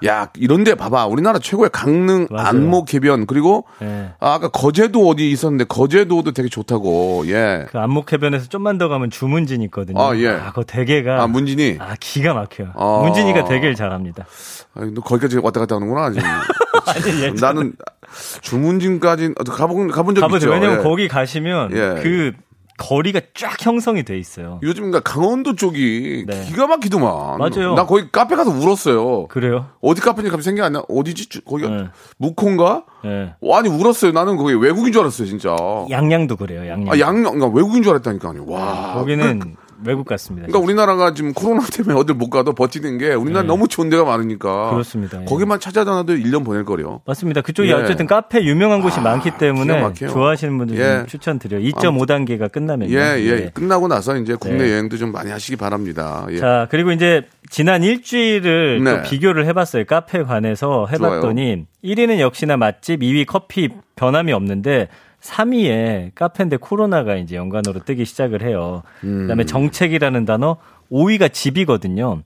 Speaker 3: 야, 이런데 봐봐 우리나라 최고의 강릉
Speaker 7: 맞아요.
Speaker 3: 안목 해변 그리고
Speaker 7: 네.
Speaker 3: 아, 아까 거제도 어디 있었는데 거제도도 되게 좋다고 예.
Speaker 7: 그 안목해변에서 좀만 더 가면 주문진 있거든요.
Speaker 3: 아, 예.
Speaker 7: 그거 대게가.
Speaker 3: 아 문진이
Speaker 7: 아, 기가 막혀요.
Speaker 3: 아.
Speaker 7: 문진이가 대게를 잘합니다.
Speaker 3: 아니, 너 거기까지 왔다 갔다 하는구나. 지금.
Speaker 7: 아니, 예.
Speaker 3: 나는 주문진까지 어, 가본 가본 적
Speaker 7: 가보세요.
Speaker 3: 있죠.
Speaker 7: 왜냐면
Speaker 3: 예.
Speaker 7: 거기 가시면
Speaker 3: 예.
Speaker 7: 그 거리가 쫙 형성이 돼 있어요.
Speaker 3: 요즘 그러니까 강원도 쪽이
Speaker 7: 네.
Speaker 3: 기가 막히더만.
Speaker 7: 맞아요.
Speaker 3: 나 거기 카페 가서 울었어요.
Speaker 7: 그래요?
Speaker 3: 어디 카페인지 갑자기 생각 안 나. 어디지? 주- 거기가
Speaker 7: 네.
Speaker 3: 무콘가?
Speaker 7: 예.
Speaker 3: 와, 아니 울었어요. 나는 거기 외국인 줄 알았어요, 진짜.
Speaker 7: 양양도 그래요, 양양.
Speaker 3: 아, 양, 그러니까 외국인 줄 알았다니까요. 와.
Speaker 7: 거기는 네. 외국 같습니다.
Speaker 3: 그러니까 우리나라가 지금 코로나 때문에 어딜 못 가도 버티는 게 우리나라 너무 좋은 데가 많으니까.
Speaker 7: 네. 그렇습니다. 예.
Speaker 3: 거기만 찾아다녀도 1년 보낼 거려.
Speaker 7: 맞습니다. 그쪽이
Speaker 3: 예. 아,
Speaker 7: 어쨌든 카페 유명한 곳이 많기
Speaker 3: 기가
Speaker 7: 때문에
Speaker 3: 막혀요.
Speaker 7: 좋아하시는 분들
Speaker 3: 예.
Speaker 7: 좀 추천드려요. 2.5단계가 끝나면.
Speaker 3: 예, 예, 끝나고 나서 이제 국내
Speaker 7: 네.
Speaker 3: 여행도 좀 많이 하시기 바랍니다. 예.
Speaker 7: 자, 그리고 이제 지난 일주일을
Speaker 3: 네.
Speaker 7: 또 비교를 해봤어요. 카페에 관해서 해봤더니 1위는 역시나 맛집, 2위 커피 변함이 없는데 3위에 카페인데 코로나가 이제 연관으로 뜨기 시작을 해요. 그다음에 정책이라는 단어 5위가 집이거든요.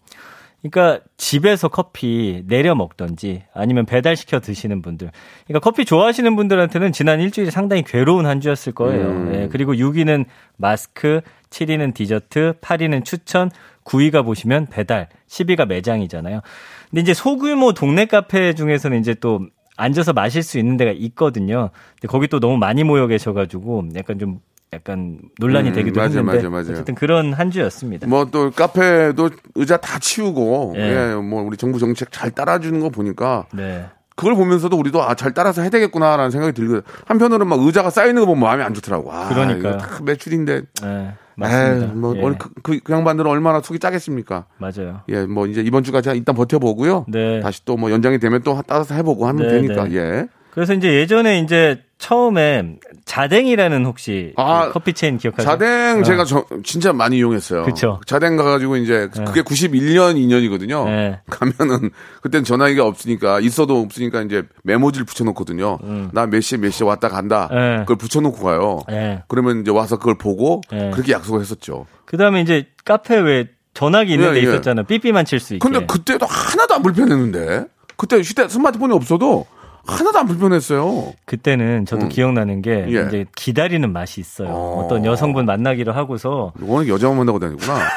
Speaker 7: 그러니까 집에서 커피 내려 먹던지 아니면 배달시켜 드시는 분들. 그러니까 커피 좋아하시는 분들한테는 지난 일주일이 상당히 괴로운 한 주였을 거예요.
Speaker 3: 음.
Speaker 7: 예, 그리고 6위는 마스크, 7위는 디저트, 8위는 추천, 9위가 보시면 배달, 10위가 매장이잖아요. 근데 이제 소규모 동네 카페 중에서는 이제 또 앉아서 마실 수 있는 데가 있거든요. 근데 거기 또 너무 많이 모여 계셔가지고 약간 좀 약간 논란이
Speaker 3: 음,
Speaker 7: 되기도
Speaker 3: 맞아요,
Speaker 7: 했는데
Speaker 3: 맞아요, 맞아요.
Speaker 7: 어쨌든 그런 한 주였습니다.
Speaker 3: 뭐 또 카페도 의자 다 치우고
Speaker 7: 예.
Speaker 3: 예. 뭐 우리 정부 정책 잘 따라주는 거 보니까
Speaker 7: 네.
Speaker 3: 그걸 보면서도 우리도 아 잘 따라서 해야 되겠구나라는 생각이 들고 한편으로는 막 의자가 쌓이는 거 보면 마음이 안 좋더라고. 아,
Speaker 7: 그러니까요.
Speaker 3: 이거 다 매출인데
Speaker 7: 네, 맞습니다.
Speaker 3: 에이, 뭐
Speaker 7: 예,
Speaker 3: 오늘 그, 그, 그 양반들은 얼마나 속이 짜겠습니까?
Speaker 7: 맞아요.
Speaker 3: 예, 뭐 이제 이번 주까지 일단 버텨보고요.
Speaker 7: 네.
Speaker 3: 다시 또 뭐 연장이 되면 또 따라서 해보고 하면
Speaker 7: 네,
Speaker 3: 되니까
Speaker 7: 네.
Speaker 3: 예.
Speaker 7: 그래서 이제 예전에 이제 처음에 자댕이라는 혹시 그
Speaker 3: 아,
Speaker 7: 커피 체인 기억하세요?
Speaker 3: 자댕
Speaker 7: 어.
Speaker 3: 제가 저- 진짜 많이 이용했어요.
Speaker 7: 그쵸.
Speaker 3: 자댕 가가지고 이제 그게 91년 2년이거든요.
Speaker 7: 네.
Speaker 3: 가면은 그땐 전화기가 없으니까 있어도 없으니까 이제 메모지를 붙여놓거든요. 나 몇 시에 몇 시에 왔다 간다.
Speaker 7: 음. 네.
Speaker 3: 그걸 붙여놓고 가요.
Speaker 7: 네.
Speaker 3: 그러면 이제 와서 그걸 보고
Speaker 7: 네.
Speaker 3: 그렇게 약속을 했었죠.
Speaker 7: 그다음에 이제 카페 왜 전화기 있는
Speaker 3: 예,
Speaker 7: 데
Speaker 3: 예. 그
Speaker 7: 있었잖아요. 삐삐만 칠 수 있게.
Speaker 3: 근데 그때도 하나도 안 불편했는데 그때 휴대 스마트폰이 없어도 하나도 안 불편했어요.
Speaker 7: 그때는 저도
Speaker 3: 음.
Speaker 7: 기억나는 게
Speaker 3: 예.
Speaker 7: 이제 기다리는 맛이 있어요.
Speaker 3: 어.
Speaker 7: 어떤 여성분 만나기로 하고서
Speaker 3: 워낙 여자만 만나고 다니구나.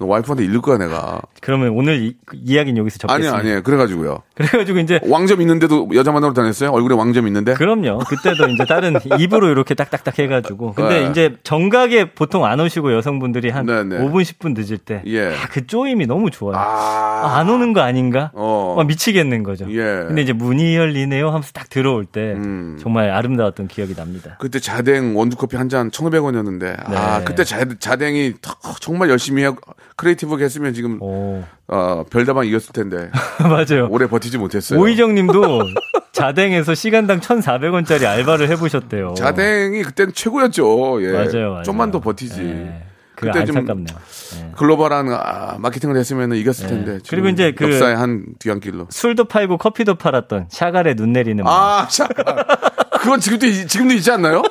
Speaker 3: 너 와이프한테 잃을 거야 내가.
Speaker 7: 그러면 오늘 이, 그 이야기는 여기서
Speaker 3: 아니
Speaker 7: 접겠습니다.
Speaker 3: 아니 그래가지고요.
Speaker 7: 그래가지고 이제
Speaker 3: 왕점 있는데도 여자 만나러 다녔어요? 얼굴에 왕점 있는데?
Speaker 7: 그럼요. 그때도 이제 다른 입으로 이렇게 딱딱딱 해가지고. 근데
Speaker 3: 네.
Speaker 7: 이제 정각에 보통 안 오시고 여성분들이 한
Speaker 3: 네, 네.
Speaker 7: 5분 10분 늦을 때.
Speaker 3: 예.
Speaker 7: 아, 그 쪼임이 너무 좋아요.
Speaker 3: 아,
Speaker 7: 아, 안 오는 거 아닌가?
Speaker 3: 어.
Speaker 7: 막 미치겠는 거죠.
Speaker 3: 예.
Speaker 7: 근데 이제 문이 열리네요 하면서 딱 들어올 때
Speaker 3: 음.
Speaker 7: 정말 아름다웠던 기억이 납니다.
Speaker 3: 그때 자댕 원두커피 한 잔 1,500원이었는데 아
Speaker 7: 네.
Speaker 3: 그때 자, 자댕이 턱- 정말 열심히 하고 크리에이티브하게 했으면 지금
Speaker 7: 오.
Speaker 3: 어, 별다방 이겼을 텐데
Speaker 7: 맞아요.
Speaker 3: 오래 버티지 못했어요.
Speaker 7: 오희정 님도 자댕에서 시간당 1,400원짜리 알바를 해보셨대요.
Speaker 3: 자댕이 그때는 최고였죠. 예.
Speaker 7: 맞아요, 맞아요.
Speaker 3: 좀만 더 버티지.
Speaker 7: 예. 그
Speaker 3: 그때 좀
Speaker 7: 안타깝네요. 예.
Speaker 3: 글로벌한 아, 마케팅을 했으면 이겼을 텐데. 지금
Speaker 7: 그리고 이제 그- 음.
Speaker 3: 역사의 한 뒤안길로.
Speaker 7: 술도 팔고 커피도 팔았던 샤갈의 눈 내리는 밤.
Speaker 3: 아, 자, 그건 지금도 이- 지금도 있지 않나요?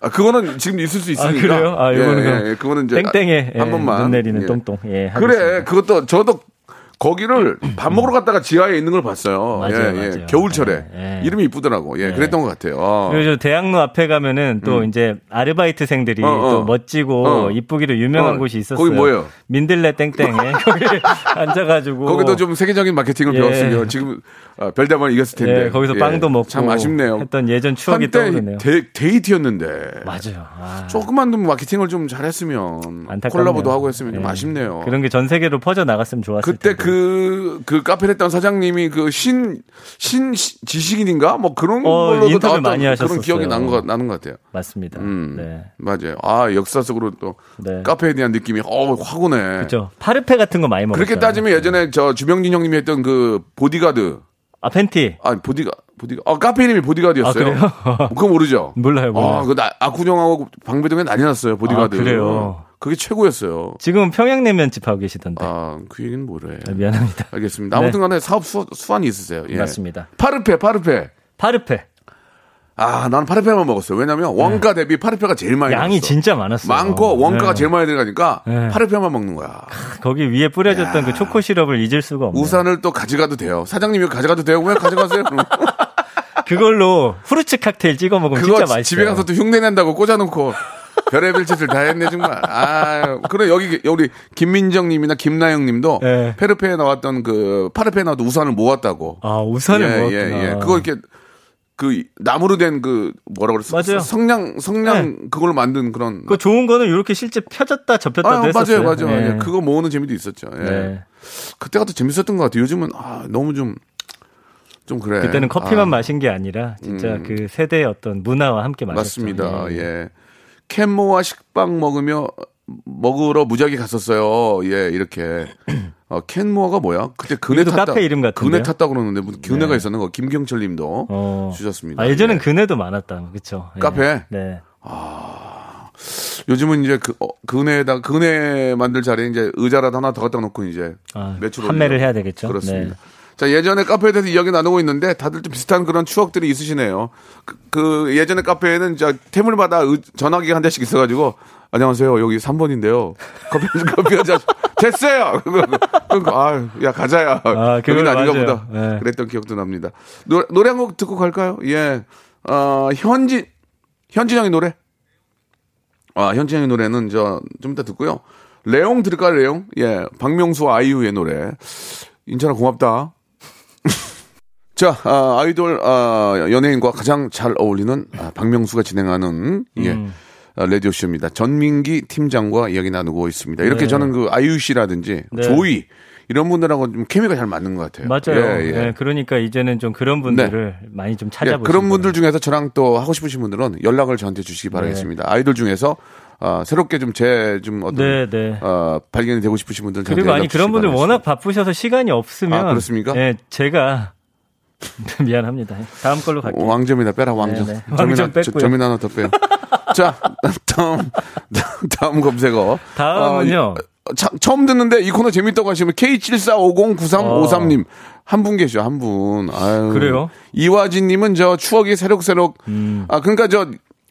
Speaker 3: 아, 그거는 지금 있을 수 있으니까.
Speaker 7: 그래요? 아, 이거는
Speaker 3: 예,
Speaker 7: 그럼
Speaker 3: 예, 예. 그거는 이제
Speaker 7: 땡땡에
Speaker 3: 한
Speaker 7: 예,
Speaker 3: 번만
Speaker 7: 눈 내리는
Speaker 3: 예.
Speaker 7: 똥똥. 예,
Speaker 3: 그래,
Speaker 7: 하겠습니다.
Speaker 3: 그것도 저도 거기를 밥 먹으러 갔다가 지하에 있는 걸 봤어요.
Speaker 7: 맞아요,
Speaker 3: 예, 예.
Speaker 7: 맞아요.
Speaker 3: 겨울철에
Speaker 7: 예, 예.
Speaker 3: 이름이 이쁘더라고. 예, 그랬던 것 같아요. 어. 음.
Speaker 7: 그리고 저 대학로 앞에 가면은 또 이제 아르바이트생들이
Speaker 3: 어, 어.
Speaker 7: 또 멋지고
Speaker 3: 어.
Speaker 7: 이쁘기로 유명한
Speaker 3: 어,
Speaker 7: 곳이 있었어요.
Speaker 3: 거기 뭐예요?
Speaker 7: 민들레 땡땡에 거기 앉아가지고
Speaker 3: 거기도 좀 세계적인 마케팅을
Speaker 7: 예.
Speaker 3: 배웠으면 지금 아, 별다방을 이겼을 텐데.
Speaker 7: 예, 거기서
Speaker 3: 예,
Speaker 7: 빵도 먹고
Speaker 3: 참 아쉽네요.
Speaker 7: 했던 예전 추억이
Speaker 3: 한때
Speaker 7: 떠오르네요.
Speaker 3: 데, 데이트였는데.
Speaker 7: 맞아요. 아,
Speaker 3: 조금만 좀 마케팅을 좀 잘했으면
Speaker 7: 안타깝네요.
Speaker 3: 콜라보도 하고 했으면 좀
Speaker 7: 예.
Speaker 3: 아쉽네요.
Speaker 7: 그런 게 전 세계로 퍼져 나갔으면 좋았을
Speaker 3: 그때
Speaker 7: 텐데.
Speaker 3: 그, 그 카페를 했던 사장님이 그 신, 신 시- 지식인인가? 뭐 그런
Speaker 7: 어,
Speaker 3: 걸로도
Speaker 7: 인터뷰
Speaker 3: 나왔던
Speaker 7: 많이
Speaker 3: 그런
Speaker 7: 하셨었어요.
Speaker 3: 기억이 난 것, 나는 것 같아요.
Speaker 7: 맞습니다.
Speaker 3: 음.
Speaker 7: 네.
Speaker 3: 맞아요. 아, 역사 속으로 또
Speaker 7: 네.
Speaker 3: 카페에 대한 느낌이, 어, 확 오네.
Speaker 7: 그죠. 파르페 같은 거 많이 먹었어요. 네.
Speaker 3: 그렇게 따지면 예전에 저 주병진 형님이 했던 그 보디가드.
Speaker 7: 아 팬티
Speaker 3: 아, 보디가, 보디가. 어, 카페 이름이 보디가드였어요.
Speaker 7: 아, 그래요?
Speaker 3: 그거 모르죠?
Speaker 7: 몰라요, 몰라요.
Speaker 3: 아, 그 나- 아쿠정하고 방배동에 난리 났어요, 보디가드.
Speaker 7: 아, 그래요?
Speaker 3: 그게 최고였어요.
Speaker 7: 지금 평양냉면 집 하고 계시던데.
Speaker 3: 아, 그 얘기는 뭐래.
Speaker 7: 아, 미안합니다.
Speaker 3: 알겠습니다. 아무튼 간에 사업 수, 수완이 있으세요. 예.
Speaker 7: 네. 맞습니다.
Speaker 3: 파르페, 파르페.
Speaker 7: 파르페
Speaker 3: 아, 나는 파르페만 먹었어요. 왜냐면 원가 대비 파르페가 제일 많이
Speaker 7: 네. 양이
Speaker 3: 들어갔어.
Speaker 7: 진짜 많았어요.
Speaker 3: 많고 원가가
Speaker 7: 네.
Speaker 3: 제일 많이 들어가니까
Speaker 7: 네.
Speaker 3: 파르페만 먹는 거야.
Speaker 7: 거기 위에 뿌려졌던 그 초코 시럽을 잊을 수가 없네요.
Speaker 3: 우산을 또 가져가도 돼요. 사장님이 가져가도 돼요. 왜 가져가세요? 그럼.
Speaker 7: 그걸로 후르츠 칵테일 찍어 먹으면
Speaker 3: 그거
Speaker 7: 진짜 맛있어요.
Speaker 3: 집에 가서 또 흉내 낸다고 꽂아놓고 별의별 짓을 다 했네 정말. 아, 그래 여기 우리 김민정님이나 김나영님도
Speaker 7: 네.
Speaker 3: 파르페에 나왔던 그 파르페에 나도 우산을 모았다고.
Speaker 7: 아 우산을
Speaker 3: 예,
Speaker 7: 먹었구나.
Speaker 3: 예, 예. 그거 이렇게 그 나무로 된 그 뭐라 그랬어?
Speaker 7: 맞아요. 네.
Speaker 3: 성냥 성냥 그걸로 만든 그런
Speaker 7: 그거 좋은 거는 이렇게 실제 펴졌다 접혔다도
Speaker 3: 아, 맞아요,
Speaker 7: 했었어요.
Speaker 3: 맞아요.
Speaker 7: 예.
Speaker 3: 예, 그거 모으는 재미도 있었죠. 예.
Speaker 7: 네.
Speaker 3: 그때가 더 재밌었던 것 같아요. 요즘은 아, 너무 좀 좀 그래. 아, 음.
Speaker 7: 그때는 커피만 마신 게 아니라 진짜 그 세대의 어떤 문화와 함께 마셨죠.
Speaker 3: 맞습니다. 예. 캔모와 식빵 먹으며 먹으러 무작위 갔었어요. 예, 이렇게. 어, 캔모아가 뭐야? 그때 그네
Speaker 7: 이름도
Speaker 3: 탔다.
Speaker 7: 카페 이름 같은데요?
Speaker 3: 그네 탔다 그러는데 무슨 그네가 있었는 거. 김경철 님도
Speaker 7: 어.
Speaker 3: 주셨습니다.
Speaker 7: 아 예전엔
Speaker 3: 예.
Speaker 7: 그네도 많았다. 그렇죠.
Speaker 3: 카페?
Speaker 7: 네.
Speaker 3: 요즘은 이제 그 어, 그네에다 그네 만들 자리에 이제 의자라도 하나 더 갖다 놓고 이제
Speaker 7: 아,
Speaker 3: 매출
Speaker 7: 판매를
Speaker 3: 올려요.
Speaker 7: 해야 되겠죠.
Speaker 3: 그렇습니다.
Speaker 7: 네.
Speaker 3: 자, 예전에 카페에 대해서 이야기 나누고 있는데 다들 좀 비슷한 그런 추억들이 있으시네요. 그, 그 예전에 카페에는 이제 태물마다 의- 전화기가 한 대씩 있어가지고 안녕하세요. 여기 3번인데요. 커피, 커피 한 잔. 됐어요! 아, 야, 가자야.
Speaker 7: 아, 그건
Speaker 3: 여긴 아닌가
Speaker 7: 맞아요.
Speaker 3: 보다.
Speaker 7: 네.
Speaker 3: 그랬던 기억도 납니다. 노, 노래 한 곡 듣고 갈까요? 예. 어, 현진, 현진 형의 노래? 아, 현진 형의 노래는 저 좀 이따 듣고요. 레옹 들을까요, 레옹? 예. 박명수 아이유의 노래. 인천아 고맙다. 자, 아, 이돌 아, 연예인과 가장 잘 어울리는 아, 박명수가 진행하는 예.
Speaker 7: 음.
Speaker 3: 아, 라디오 쇼입니다. 전민기 팀장과 이야기 나누고 있습니다. 이렇게 저는 그 아이유 씨라든지
Speaker 7: 네.
Speaker 3: 조이 이런 분들하고 좀 케미가 잘 맞는 것 같아요.
Speaker 7: 맞아요.
Speaker 3: 예, 예.
Speaker 7: 네, 그러니까 이제는 좀 그런 분들을 많이 좀
Speaker 3: 예,
Speaker 7: 찾아보시고
Speaker 3: 그런 분들 중에서 저랑 또 하고 싶으신 분들은 연락을 저한테
Speaker 7: 네.
Speaker 3: 주시기 바라겠습니다. 아이돌 중에서 아, 새롭게 좀 제 좀 어떤
Speaker 7: 네, 네.
Speaker 3: 어, 발견이 되고 싶으신 분들 저한테
Speaker 7: 그리고
Speaker 3: 연락
Speaker 7: 아니 그런
Speaker 3: 주시기
Speaker 7: 분들
Speaker 3: 바라겠습니다.
Speaker 7: 워낙 바쁘셔서 시간이 없으면
Speaker 3: 아, 그렇습니까?
Speaker 7: 예, 제가 미안합니다. 예, 다음 걸로 갈게요.
Speaker 3: 왕점이나 빼라 왕점.
Speaker 7: 네, 네.
Speaker 3: 점이나-
Speaker 7: 왕점 뺐고요.
Speaker 3: 점이나 하나 더 빼요. 자 다음 다음 검색어.
Speaker 7: 다음은요.
Speaker 3: 어, 이- 차- 처음 듣는데 이 코너 재밌다고 하시면 K74509353님 한 분 계셔 한 분. 아유.
Speaker 7: 그래요? 음.
Speaker 3: 이화진님은 저 추억이 새록새록. 아 그러니까 저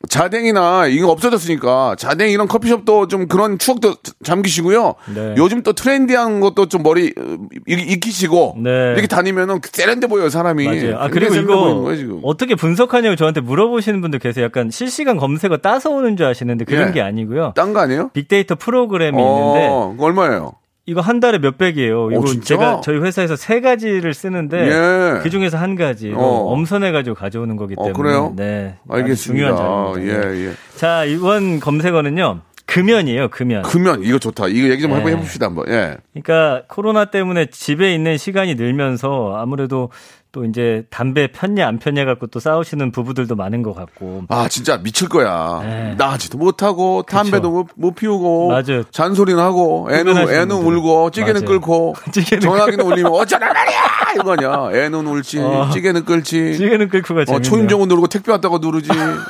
Speaker 3: 자댕이나 이거 없어졌으니까 자댕 이런 커피숍도 좀 그런 추억도 잠기시고요.
Speaker 7: 네.
Speaker 3: 요즘 또 트렌디한 것도 좀 머리 어, 익- 익히시고
Speaker 7: 네.
Speaker 3: 이렇게 다니면은 세련돼 보여요 사람이.
Speaker 7: 맞아요. 아,
Speaker 3: 굉장히
Speaker 7: 그리고
Speaker 3: 세련돼 보이는 거예요,
Speaker 7: 이거
Speaker 3: 지금.
Speaker 7: 어떻게 분석하냐고 저한테 물어보시는 분들 계세요. 약간 실시간 검색어 따서 오는 줄 아시는데 그런
Speaker 3: 예.
Speaker 7: 게 아니고요.
Speaker 3: 딴 거 아니에요?
Speaker 7: 빅데이터 프로그램이 어, 있는데
Speaker 3: 어, 그거 얼마예요?
Speaker 7: 이거 한 달에 몇백이에요. 이거
Speaker 3: 진짜?
Speaker 7: 제가 저희 회사에서 세 가지를 쓰는데
Speaker 3: 예.
Speaker 7: 그 중에서 한 가지 로
Speaker 3: 어.
Speaker 7: 엄선해 가지고 가져오는 거기
Speaker 3: 어,
Speaker 7: 때문에
Speaker 3: 그래요?
Speaker 7: 네. 아주
Speaker 3: 알겠습니다.
Speaker 7: 중요한 자료입니다. 네.
Speaker 3: 예, 예.
Speaker 7: 자, 이번 검색어는요. 금연이에요, 금연.
Speaker 3: 금연 이거 좋다. 이거 얘기 좀 한번
Speaker 7: 예.
Speaker 3: 해봅시다 한번. 예.
Speaker 7: 그러니까 코로나 때문에 집에 있는 시간이 늘면서 아무래도 또 이제 담배 폈냐 안 폈냐 갖고 또 싸우시는 부부들도 많은 것 같고
Speaker 3: 아 진짜 미칠 거야.
Speaker 7: 예.
Speaker 3: 나지도 못하고 담배도 못, 못 피우고
Speaker 7: 맞아요.
Speaker 3: 잔소리는 하고 애는
Speaker 7: 흡연하시는
Speaker 3: 애는
Speaker 7: 분들.
Speaker 3: 울고 찌개는
Speaker 7: 맞아요.
Speaker 3: 끓고
Speaker 7: 찌개는
Speaker 3: 전화기는 울리면 어쩌라 말이야 이거 아니야. 애는 울지
Speaker 7: 어.
Speaker 3: 찌개는 끓지.
Speaker 7: 찌개는 끓고가
Speaker 3: 어,
Speaker 7: 재밌네요.
Speaker 3: 초인종은 누르고 택배 왔다고 누르지.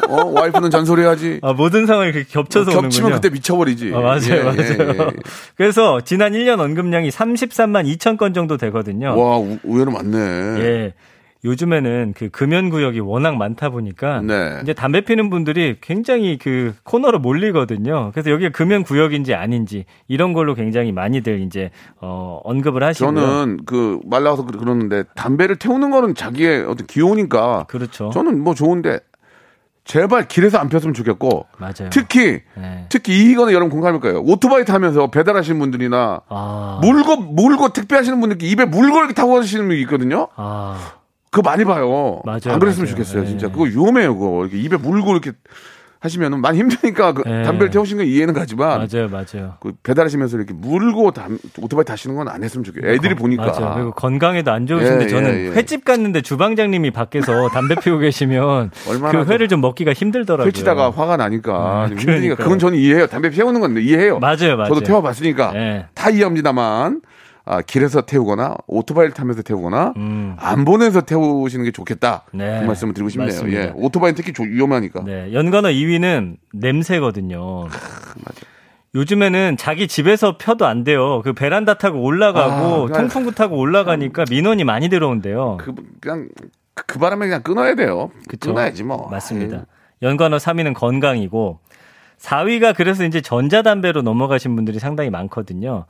Speaker 3: 어, 와이프는 잔소리하지.
Speaker 7: 아, 모든 상황이 그렇게 겹쳐서
Speaker 3: 겹치면
Speaker 7: 오는군요.
Speaker 3: 그때 미쳐버리지.
Speaker 7: 아, 맞아요,
Speaker 3: 예,
Speaker 7: 맞아요.
Speaker 3: 예, 예.
Speaker 7: 그래서 지난 1년 언급량이 33만 2천 건 정도 되거든요.
Speaker 3: 예. 와 우- 의외로 많네.
Speaker 7: 예. 요즘에는 그 금연 구역이 워낙 많다 보니까
Speaker 3: 네.
Speaker 7: 이제 담배 피는 분들이 굉장히 그 코너로 몰리거든요. 그래서 여기가 금연 구역인지 아닌지 이런 걸로 굉장히 많이들 이제 어 언급을 하시고요.
Speaker 3: 저는 그 말라서 그- 그러는데 담배를 태우는 거는 자기의 어떤 기호니까
Speaker 7: 그렇죠.
Speaker 3: 저는 뭐 좋은데 제발 길에서 안 폈으면 좋겠고
Speaker 7: 맞아요.
Speaker 3: 특히
Speaker 7: 네.
Speaker 3: 특히 이거는 여러분 공감일 거예요. 오토바이 타면서 배달하시는 분들이나
Speaker 7: 아.
Speaker 3: 물고 물고 택배하시는 분들께 입에 물고 이렇게 타고 가시는 분이 있거든요.
Speaker 7: 아.
Speaker 3: 그거 많이 봐요.
Speaker 7: 맞아요,
Speaker 3: 안 그랬으면
Speaker 7: 맞아요.
Speaker 3: 좋겠어요.
Speaker 7: 네.
Speaker 3: 진짜 그거 위험해요. 그거 이렇게 입에 물고 이렇게 하시면은 많이 힘드니까 그
Speaker 7: 네.
Speaker 3: 담배를 태우신 건 이해는 가지만
Speaker 7: 맞아요. 맞아요.
Speaker 3: 그 배달하시면서 이렇게 물고 담- 오토바이 타시는 건 안 했으면 좋겠어요. 애들이 보니까
Speaker 7: 맞아요. 그리고 건강에도 안 좋으신데
Speaker 3: 예,
Speaker 7: 저는
Speaker 3: 예, 예.
Speaker 7: 횟집 갔는데 주방장님이 밖에서 담배 피우고 계시면
Speaker 3: 얼마나
Speaker 7: 그 회를 좀 먹기가 힘들더라고요.
Speaker 3: 펼치다가 화가 나니까
Speaker 7: 아,
Speaker 3: 좀 힘드니까
Speaker 7: 그러니까요.
Speaker 3: 그건 저는 이해해요. 담배 피우는 건 이해해요.
Speaker 7: 맞아요, 맞아요.
Speaker 3: 저도 태워봤으니까
Speaker 7: 예.
Speaker 3: 다 이해합니다만 아, 길에서 태우거나 오토바이를 타면서 태우거나
Speaker 7: 음.
Speaker 3: 안 보내서 태우시는 게 좋겠다.
Speaker 7: 네.
Speaker 3: 그 말씀을 드리고 싶네요.
Speaker 7: 맞습니다.
Speaker 3: 예. 오토바이 는 특히 조- 위험하니까.
Speaker 7: 네, 연관어 2위는 냄새거든요. 요즘에는 자기 집에서 펴도 안 돼요. 그 베란다 타고
Speaker 3: 아,
Speaker 7: 올라가고 통풍구 타고 올라가니까 민원이 많이 들어온대요.
Speaker 3: 그 그냥 그- 그 바람에 그냥 끊어야 돼요.
Speaker 7: 그쵸?
Speaker 3: 끊어야지 뭐.
Speaker 7: 맞습니다. 연관어 3위는 건강이고 4위가 그래서 이제 전자담배로 넘어가신 분들이 상당히 많거든요.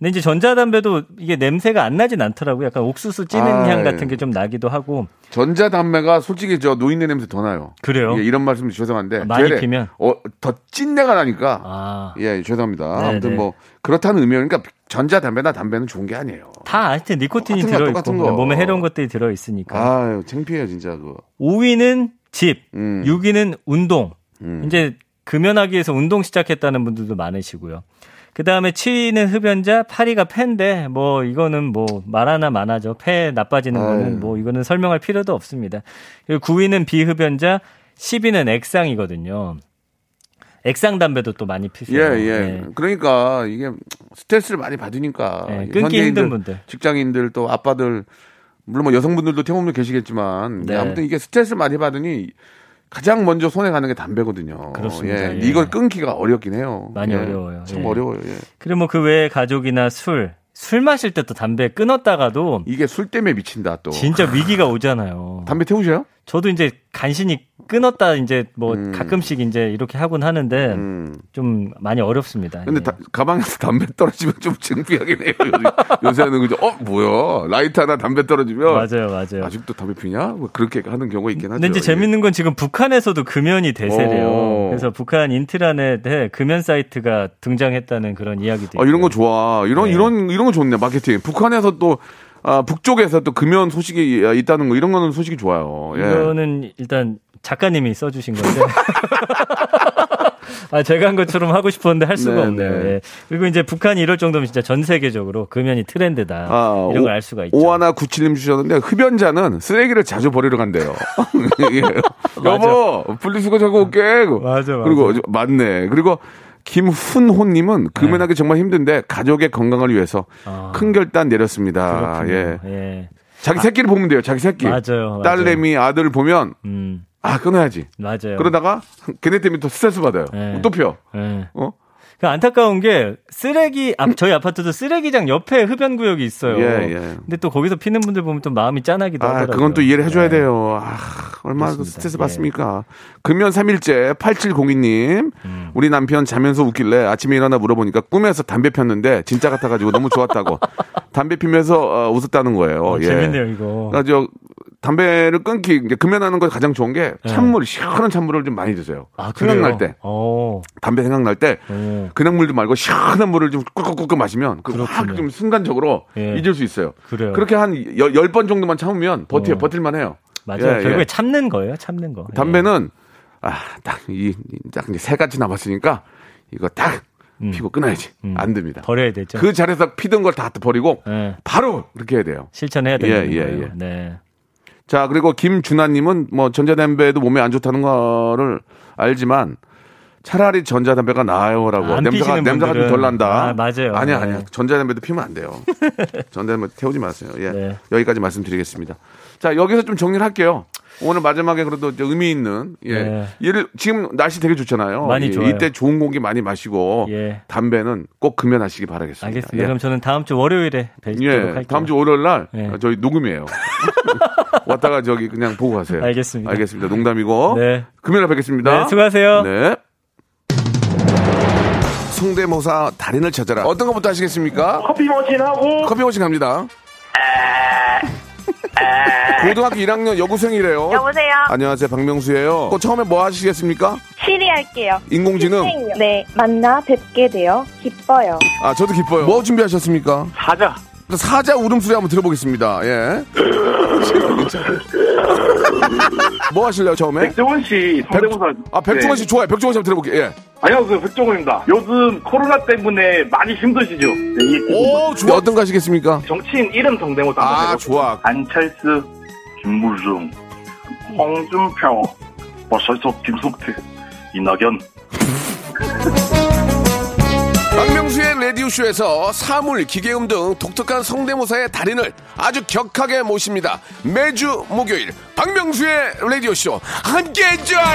Speaker 7: 근데 이제 전자담배도 이게 냄새가 안 나진 않더라고요. 약간 옥수수 찌는
Speaker 3: 아,
Speaker 7: 향
Speaker 3: 예.
Speaker 7: 같은 게 좀 나기도 하고
Speaker 3: 전자담배가 솔직히 저 노인네 냄새 더 나요.
Speaker 7: 그래요? 아,
Speaker 3: 예, 이런 말씀 죄송한데
Speaker 7: 많이
Speaker 3: 되레-
Speaker 7: 피면?
Speaker 3: 어, 더 찐내가 나니까
Speaker 7: 아.
Speaker 3: 예, 죄송합니다.
Speaker 7: 네,
Speaker 3: 아무튼
Speaker 7: 네.
Speaker 3: 뭐 그렇다는 의미니까 전자 담배나 담배는 좋은 게 아니에요.
Speaker 7: 다 하여튼 니코틴이
Speaker 3: 똑같은 거,
Speaker 7: 들어 있고
Speaker 3: 똑같은 거.
Speaker 7: 몸에 해로운 것들이 들어 있으니까.
Speaker 3: 아유, 창피해요, 진짜 그.
Speaker 7: 5위는 집,
Speaker 3: 음.
Speaker 7: 6위는 운동. 이제 금연하기 위해서 운동 시작했다는 분들도 많으시고요. 그 다음에 7위는 흡연자, 8위가 폐인데, 뭐, 이거는 뭐, 말 하나 많아죠. 폐 나빠지는
Speaker 3: 아유.
Speaker 7: 거는 뭐, 이거는 설명할 필요도 없습니다. 그리고 9위는 비흡연자, 10위는 액상이거든요. 액상 담배도 또 많이
Speaker 3: 예,
Speaker 7: 피세요.
Speaker 3: 예.
Speaker 7: 네.
Speaker 3: 그러니까 이게 스트레스를 많이 받으니까
Speaker 7: 예,
Speaker 3: 이
Speaker 7: 끊기
Speaker 3: 현대인들,
Speaker 7: 힘든 분들.
Speaker 3: 직장인들 또 아빠들 물론 뭐 여성분들도 태우분들 계시겠지만
Speaker 7: 네.
Speaker 3: 아무튼 이게 스트레스를 많이 받으니 가장 먼저 손해 가는 게 담배거든요.
Speaker 7: 그렇습니다.
Speaker 3: 예.
Speaker 7: 예.
Speaker 3: 이걸 끊기가 어렵긴 해요.
Speaker 7: 많이
Speaker 3: 예.
Speaker 7: 어려워요.
Speaker 3: 참
Speaker 7: 예.
Speaker 3: 어려워요. 예.
Speaker 7: 그리고 뭐, 그 외에 가족이나 술, 술 마실 때 또 담배 끊었다가도
Speaker 3: 이게 술 때문에 미친다 또.
Speaker 7: 진짜 위기가 오잖아요.
Speaker 3: 담배 태우셔요?
Speaker 7: 저도 이제 간신히 끊었다 이제 뭐 가끔씩 이제 이렇게 하곤 하는데
Speaker 3: 음.
Speaker 7: 좀 많이 어렵습니다.
Speaker 3: 근데
Speaker 7: 예.
Speaker 3: 다- 가방에서 담배 떨어지면 좀 창피하긴 해요. 요새- 요새는 그죠? 어 뭐야? 라이터 하나 담배 떨어지면
Speaker 7: 맞아요, 맞아요.
Speaker 3: 직도 담배 피냐? 뭐 그렇게 하는 경우가 있긴 하죠.
Speaker 7: 근데 이제
Speaker 3: 예.
Speaker 7: 재밌는 건 지금 북한에서도 금연이 대세래요.
Speaker 3: 오.
Speaker 7: 그래서 북한 인트라넷에 금연 사이트가 등장했다는 그런 이야기도
Speaker 3: 아, 이런 거
Speaker 7: 있고요.
Speaker 3: 좋아. 이런
Speaker 7: 네.
Speaker 3: 이런 이런 거 좋네. 마케팅. 북한에서 또 아, 북쪽에서 또 금연 소식이 있다는 거 이런 거는 소식이 좋아요. 예.
Speaker 7: 이거는 일단 작가님이 써주신 건데. 아, 제가 한 것처럼 하고 싶었는데 할 수가
Speaker 3: 네,
Speaker 7: 없네요.
Speaker 3: 네.
Speaker 7: 예. 그리고 이제 북한이 이럴 정도면 진짜 전 세계적으로 금연이 트렌드다.
Speaker 3: 아, 오-
Speaker 7: 이런 걸 알 수가 있죠.
Speaker 3: 오하나 구칠님 주셨는데 흡연자는 쓰레기를 자주 버리러 간대요. 예. 여보 분리수거 자고 올게.
Speaker 7: 맞아, 맞아.
Speaker 3: 그리고 저- 맞네. 그리고 김훈호님은 금연하기 정말 힘든데 가족의 건강을 위해서
Speaker 7: 네. 아.
Speaker 3: 큰 결단 내렸습니다.
Speaker 7: 그렇군요.
Speaker 3: 예.
Speaker 7: 예.
Speaker 3: 자기 새끼를 보면 돼요. 자기 새끼.
Speaker 7: 맞아요, 맞아요.
Speaker 3: 딸내미 아들을 보면
Speaker 7: 음,
Speaker 3: 아 끊어야지.
Speaker 7: 맞아요.
Speaker 3: 그러다가 걔네 때문에 또 스트레스 받아요.
Speaker 7: 예.
Speaker 3: 또 펴.
Speaker 7: 예.
Speaker 3: 어?
Speaker 7: 그 안타까운 게 쓰레기 앞 저희 아파트도 쓰레기장 옆에 흡연 구역이 있어요.
Speaker 3: 예, 예.
Speaker 7: 근데 또 거기서 피는 분들 보면 또 마음이 짠하기도
Speaker 3: 아,
Speaker 7: 하더라고요.
Speaker 3: 그건 또 이해를 해줘야
Speaker 7: 네.
Speaker 3: 돼요. 아, 얼마나 그
Speaker 7: 그렇습니다.
Speaker 3: 스트레스
Speaker 7: 예.
Speaker 3: 받습니까? 금연 3일째 8702님.
Speaker 7: 음.
Speaker 3: 우리 남편 자면서 웃길래 아침에 일어나 물어보니까 꿈에서 담배 폈는데 진짜 같아가지고 너무 좋았다고. 담배 피면서 어, 웃었다는 거예요.
Speaker 7: 어, 재밌네요, 이거.
Speaker 3: 그러니까 저 담배를 끊기, 이제 금연하는 거 가장 좋은 게 찬물, 시원한 찬물을 좀 많이 드세요.
Speaker 7: 예. 아, 그래요? 예.
Speaker 3: 생각날 때.
Speaker 7: 어.
Speaker 3: 담배 생각날 때
Speaker 7: 오.
Speaker 3: 그냥 물도 말고 시원한 물을 좀 꿀꺽꿀꺽 마시면
Speaker 7: 어. 그렇군요.
Speaker 3: 그확좀 순간적으로
Speaker 7: 예.
Speaker 3: 잊을 수 있어요.
Speaker 7: 그래요.
Speaker 3: 그렇게 한 열 번 정도만 참으면 버텨
Speaker 7: 어.
Speaker 3: 버틸만 해요.
Speaker 7: 맞아요.
Speaker 3: 예,
Speaker 7: 결국에
Speaker 3: 예.
Speaker 7: 참는 거예요, 참는 거.
Speaker 3: 담배는 아, 아딱이딱 이제 세 가지 남았으니까 이거 딱
Speaker 7: 음.
Speaker 3: 피고 끊어야지 안 됩니다.
Speaker 7: 예. 버려야 되죠.
Speaker 3: 그 자리에서 피던 걸 다 버리고
Speaker 7: 예.
Speaker 3: 바로 그렇게 해야 돼요.
Speaker 7: 실천해야 되는
Speaker 3: 예, 예,
Speaker 7: 거예요.
Speaker 3: 예.
Speaker 7: 네.
Speaker 3: 자 그리고 김준하님은 뭐 전자담배도 몸에 안 좋다는 거를 알지만 차라리 전자담배가 나아요라고
Speaker 7: 아, 안
Speaker 3: 냄새가
Speaker 7: 피시는
Speaker 3: 냄새가 좀
Speaker 7: 분들은.
Speaker 3: 덜 난다.
Speaker 7: 아, 맞아요.
Speaker 3: 아니야
Speaker 7: 네.
Speaker 3: 아니야 전자담배도 피면 안 돼요. 전자담배 태우지 마세요. 예
Speaker 7: 네.
Speaker 3: 여기까지 말씀드리겠습니다. 자 여기서 좀 정리를 할게요. 오늘 마지막에 그래도 이제 의미 있는 예
Speaker 7: 네.
Speaker 3: 얘를 지금 날씨 되게 좋잖아요.
Speaker 7: 많이
Speaker 3: 예,
Speaker 7: 좋아요.
Speaker 3: 이때 좋은 공기 많이 마시고
Speaker 7: 예.
Speaker 3: 담배는 꼭 금연하시기 바라겠습니다.
Speaker 7: 알겠습니다.
Speaker 3: 예.
Speaker 7: 그럼 저는 다음 주 월요일에 뵙도록
Speaker 3: 예,
Speaker 7: 할게요.
Speaker 3: 다음 주 월요일 날
Speaker 7: 예.
Speaker 3: 저희 녹음이에요. 왔다가 저기 그냥 보고 가세요.
Speaker 7: 알겠습니다.
Speaker 3: 알겠습니다. 농담이고.
Speaker 7: 네.
Speaker 3: 금요일에 뵙겠습니다.
Speaker 7: 네, 수고하세요.
Speaker 3: 네. 성대모사 달인을 찾아라. 어떤 것부터 하시겠습니까?
Speaker 8: 커피 머신하고
Speaker 3: 커피 오신 갑니다. 고등학교 1학년 여고생이래요.
Speaker 9: 여보세요.
Speaker 3: 안녕하세요, 박명수예요. 또 처음에 뭐 하시겠습니까?
Speaker 9: 아, 시리 할게요.
Speaker 3: 인공지능.
Speaker 9: 네. 만나 뵙게 되어 기뻐요.
Speaker 3: 아, 저도 기뻐요. 뭐 준비하셨습니까?
Speaker 8: 사자.
Speaker 3: 사자 울음소리 한번 들어보겠습니다. 예. 뭐 하실래요 처음에?
Speaker 8: 백종원 씨 성대모사.
Speaker 3: 아 백종원 씨
Speaker 8: 네.
Speaker 3: 좋아요. 백종원 씨 한번 들어볼게요. 예.
Speaker 8: 안녕하세요 백종원입니다. 요즘 코로나 때문에 많이 힘드시죠? 네, 이
Speaker 3: 오 좋아. 어떤 거 하시겠습니까?
Speaker 8: 정치인 이름 성대모사 한번
Speaker 3: 아
Speaker 8: 해볼게요.
Speaker 3: 좋아.
Speaker 8: 안철수, 김무중, 홍준표, 뭐 버설석, 김성태, 이낙연.
Speaker 3: 박명수의 라디오 쇼에서 사물, 기계음 등 독특한 성대모사의 달인을 아주 격하게 모십니다. 매주 목요일 박명수의 라디오 쇼 함께 join.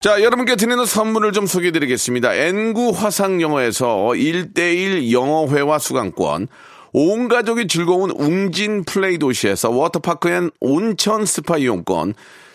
Speaker 3: 자, 여러분께 드리는 선물을 좀 소개해 드리겠습니다. N구 화상 영어에서 1대1 영어회화 수강권, 온 가족이 즐거운 웅진 플레이 도시에서 워터파크 앤 온천 스파 이용권,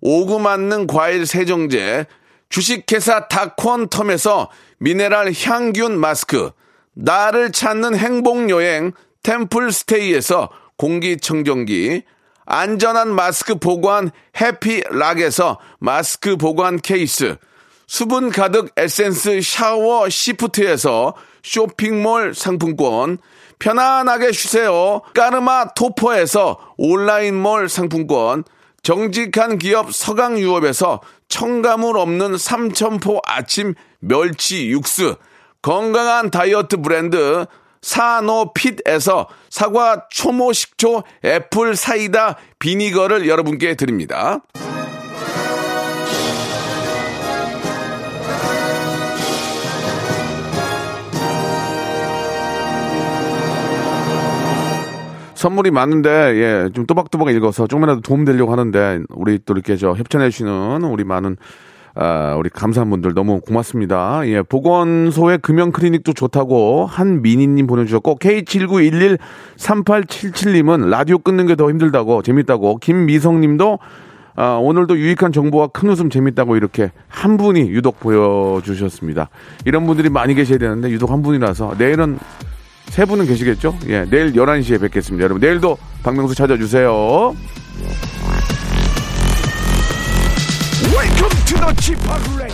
Speaker 3: 오구 맞는 과일 세정제, 주식회사 다콘텀에서 미네랄 향균 마스크, 나를 찾는 행복여행 템플스테이에서 공기청정기, 안전한 마스크 보관 해피락에서 마스크 보관 케이스, 수분 가득 에센스 샤워 시프트에서 쇼핑몰 상품권, 편안하게 쉬세요. 까르마 토퍼에서 온라인몰 상품권, 정직한 기업 서강유업에서 첨가물 없는 삼천포 아침 멸치 육수, 건강한 다이어트 브랜드 사노핏에서 사과 초모 식초 애플 사이다 비니거를 여러분께 드립니다. 선물이 많은데 예, 좀 또박또박 읽어서 조금이라도 도움 되려고 하는데 우리 또 이렇게 저 협찬해 주시는 우리 많은 아, 우리 감사한 분들 너무 고맙습니다. 예, 보건소의 금연 클리닉도 좋다고 한민희님 보내주셨고 K79113877님은 라디오 끊는 게 더 힘들다고 재밌다고 김미성님도 아, 오늘도 유익한 정보와 큰 웃음 재밌다고 이렇게 한 분이 유독 보여주셨습니다. 이런 분들이 많이 계셔야 되는데 유독 한 분이라서 내일은 세 분은 계시겠죠? 예, 내일 11시에 뵙겠습니다. 여러분, 내일도 박명수 찾아주세요.
Speaker 5: Welcome to the Chipak Radio.